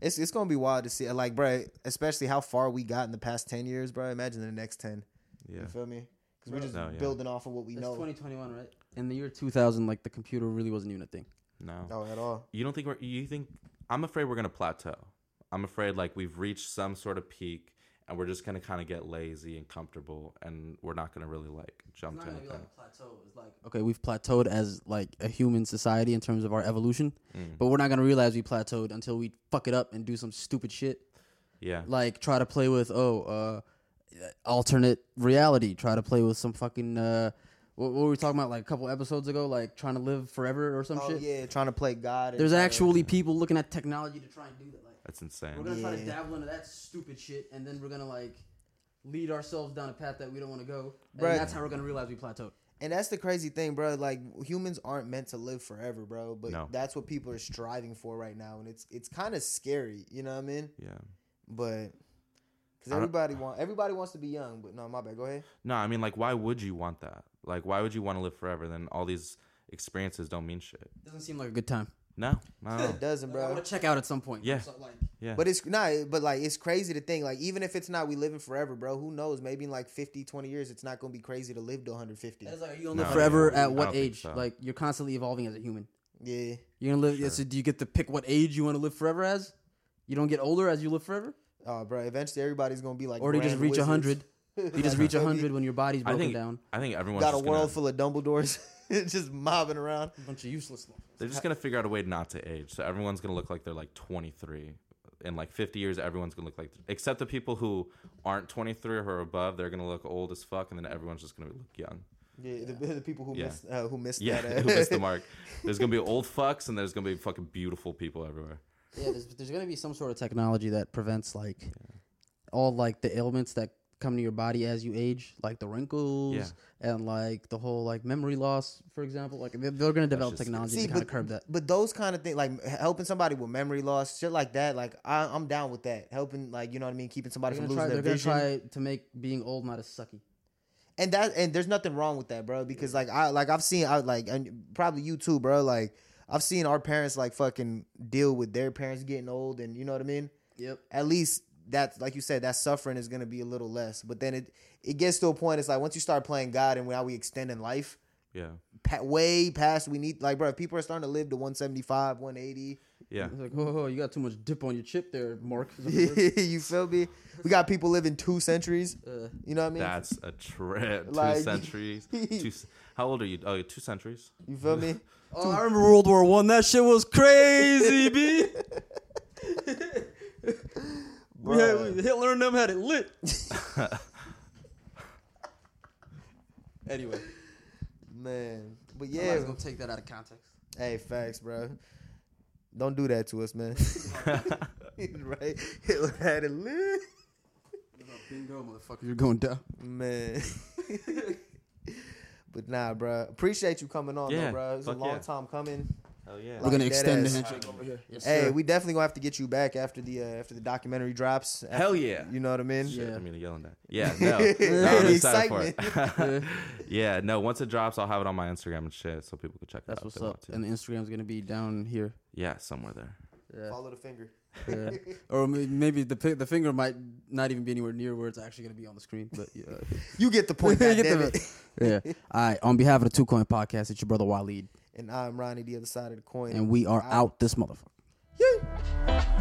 Speaker 4: It's, it's gonna be wild to see, like, bro, especially how far we got in the past ten years, bro. Imagine the next ten.
Speaker 5: yeah.
Speaker 4: You feel me? Because we're just
Speaker 5: No, yeah.
Speaker 4: building off of what we
Speaker 1: It's
Speaker 4: know.
Speaker 1: 2021, right? In the year 2000, like the computer really wasn't even a thing.
Speaker 5: No,
Speaker 4: No, at all.
Speaker 5: you don't think we're. You think I'm afraid we're gonna plateau. I'm afraid like we've reached some sort of peak and we're just gonna kind of get lazy and comfortable and we're not gonna really like jump to anything.
Speaker 1: plateau. It's like okay, we've plateaued as like a human society in terms of our evolution, but we're not gonna realize we plateaued until we fuck it up and do some stupid shit.
Speaker 5: yeah,
Speaker 1: Like try to play with oh uh, alternate reality. Try to play with some fucking uh, what, what were we talking about like a couple episodes ago? Like trying to live forever or some
Speaker 4: Oh
Speaker 1: shit.
Speaker 4: yeah, trying to play God. and
Speaker 1: There's
Speaker 4: tryna-
Speaker 1: actually people looking at technology to try and do that. Like
Speaker 5: that's
Speaker 1: we're
Speaker 5: insane.
Speaker 1: gonna try to
Speaker 4: Yeah.
Speaker 1: dabble into that stupid shit, and then we're gonna like lead ourselves down a path that we don't want to go. And
Speaker 4: Right.
Speaker 1: that's how we're gonna realize we plateaued.
Speaker 4: And that's the crazy thing, bro. Like humans aren't meant to live forever, bro. But
Speaker 5: No.
Speaker 4: that's what people are striving for right now, and it's it's kind of scary. You know what I mean?
Speaker 5: Yeah.
Speaker 4: But because
Speaker 5: I don't-
Speaker 4: everybody want everybody wants to be young, but no, my bad. Go ahead.
Speaker 5: No, I mean like why would you want that? Like why would you want to live forever? Then all these experiences don't mean shit.
Speaker 1: Doesn't seem like a good time.
Speaker 5: No, not at all.
Speaker 4: It *laughs* doesn't,
Speaker 1: I
Speaker 4: bro.
Speaker 1: want to check out at some point.
Speaker 5: Yeah.
Speaker 1: So, like,
Speaker 5: Yeah,
Speaker 4: *laughs* But it's not. but like it's crazy to think. Like even if it's not, we living forever, bro. Who knows? Maybe in like 50, 20 years, it's not gonna be crazy to live to one hundred fifty.
Speaker 1: it's like, are you gonna
Speaker 5: No,
Speaker 1: live forever
Speaker 5: yeah.
Speaker 1: at
Speaker 5: I
Speaker 1: what
Speaker 5: don't think
Speaker 1: age?
Speaker 5: so.
Speaker 1: Like, you're constantly evolving as a human.
Speaker 4: Yeah.
Speaker 1: You're gonna live. yeah, so, do you get to pick what age you want to live forever as? You don't get older as you live forever,
Speaker 4: Oh, bro. Eventually, everybody's gonna be like.
Speaker 1: or do you just
Speaker 4: grand
Speaker 1: reach
Speaker 4: wizards. *laughs*
Speaker 1: hundred? You
Speaker 5: *laughs*
Speaker 1: just reach
Speaker 4: Maybe
Speaker 1: hundred when your body's
Speaker 5: I
Speaker 1: broken
Speaker 5: think
Speaker 1: down.
Speaker 5: I think everyone's
Speaker 4: Got a
Speaker 5: just gonna-
Speaker 4: world full of Dumbledores, *laughs* just mobbing around.
Speaker 1: A bunch of useless.
Speaker 5: They're just gonna figure out a way not to age. So everyone's gonna look like they're like 23. In like 50 years, everyone's gonna look like, except the people who aren't 23 or above, they're gonna look old as fuck, and then everyone's just gonna look young.
Speaker 4: Yeah, The, the people who
Speaker 5: Yeah.
Speaker 4: missed uh, who missed
Speaker 1: *laughs*
Speaker 5: Yeah,
Speaker 4: that. Uh,
Speaker 5: *laughs*
Speaker 4: *laughs*
Speaker 5: who missed the mark? There's gonna be old fucks, and there's gonna be fucking beautiful people everywhere.
Speaker 1: Yeah, there's, there's going to be some sort of technology that prevents like all like the ailments that come to your body as you age, like the wrinkles and like the whole like memory loss, for example. Like they're, they're going to develop
Speaker 5: just-
Speaker 1: technology
Speaker 4: See,
Speaker 1: to kind
Speaker 4: but,
Speaker 1: of curb that.
Speaker 4: but those kind of things, like h- helping somebody with memory loss, shit like that, like I, I'm down with that. Helping, like you know what I mean, keeping somebody
Speaker 1: They're
Speaker 4: from
Speaker 1: going to
Speaker 4: losing
Speaker 1: try. They're
Speaker 4: their
Speaker 1: going to
Speaker 4: vision,
Speaker 1: try to make being old not as sucky.
Speaker 4: and that, and there's nothing wrong with that, bro. Because like I, like I've seen, I like, and probably you too, bro. Like I've seen our parents like fucking deal with their parents getting old, and you know what I mean.
Speaker 1: Yep.
Speaker 4: At least that's like you said, that suffering is gonna be a little less. But then it, it gets to a point. It's like once you start playing God and how we extending life.
Speaker 5: Yeah,
Speaker 4: pa- way past we need like bro if people are starting to live to 175 180
Speaker 1: *laughs*
Speaker 5: Yeah.
Speaker 1: It's like, oh, you got too much dip on your chip there, *laughs* Mark.
Speaker 4: you feel me? We got people living two centuries.
Speaker 1: Uh,
Speaker 4: You know what I mean?
Speaker 5: That's a trip.
Speaker 4: Like-
Speaker 5: two centuries. two, c- how old are you? Oh, you're two centuries.
Speaker 4: You feel me?
Speaker 1: oh, I remember World War One. That shit was crazy, b. *laughs* we had, we, Hitler and them had it lit. *laughs* anyway,
Speaker 4: Man. But
Speaker 1: yeah,
Speaker 4: yeah.
Speaker 1: gonna take that out of context.
Speaker 4: Hey, facts, bro. Don't do that to us, man. *laughs* right? Hitler had it lit.
Speaker 1: Bingo, motherfucker, you're going down.
Speaker 4: Man. *laughs* but nah, bro. Appreciate you coming on,
Speaker 5: Yeah,
Speaker 4: though, bro. It's a
Speaker 5: fuck
Speaker 4: long
Speaker 5: yeah.
Speaker 4: time coming.
Speaker 5: Hell yeah.
Speaker 1: We're gonna
Speaker 4: Like,
Speaker 1: extend the
Speaker 4: deadass.
Speaker 1: handshake over here. Yes,
Speaker 4: Hey,
Speaker 1: sir.
Speaker 4: we definitely gonna have to get you back after the uh, after the documentary drops. After-
Speaker 5: Hell yeah.
Speaker 4: You know what I mean?
Speaker 5: Shit,
Speaker 1: Yeah.
Speaker 5: I mean, yelling that. Yeah,
Speaker 1: *laughs*
Speaker 5: no. no I'm
Speaker 4: The
Speaker 5: excited for it. *laughs* yeah, no. Once it drops, I'll have it on my Instagram and shit, so people can check it
Speaker 1: That's
Speaker 5: out. if
Speaker 1: what's
Speaker 5: they want
Speaker 1: up.
Speaker 5: to.
Speaker 1: And Instagram's gonna be down here.
Speaker 5: yeah, somewhere there.
Speaker 4: Follow the finger.
Speaker 1: Yeah. or may- maybe the pi- the finger might not even be anywhere near where it's actually gonna be on the screen. But *laughs* yeah.
Speaker 4: You get
Speaker 1: *laughs*
Speaker 4: the point.
Speaker 1: You get
Speaker 4: goddamn
Speaker 1: the- *laughs*
Speaker 4: it.
Speaker 1: yeah. All right. On behalf of the Two Coin Podcast, it's your brother Waleed,
Speaker 4: And I'm Ronnie, the other side of the coin.
Speaker 1: and we are out this motherfucker.
Speaker 4: Yeah.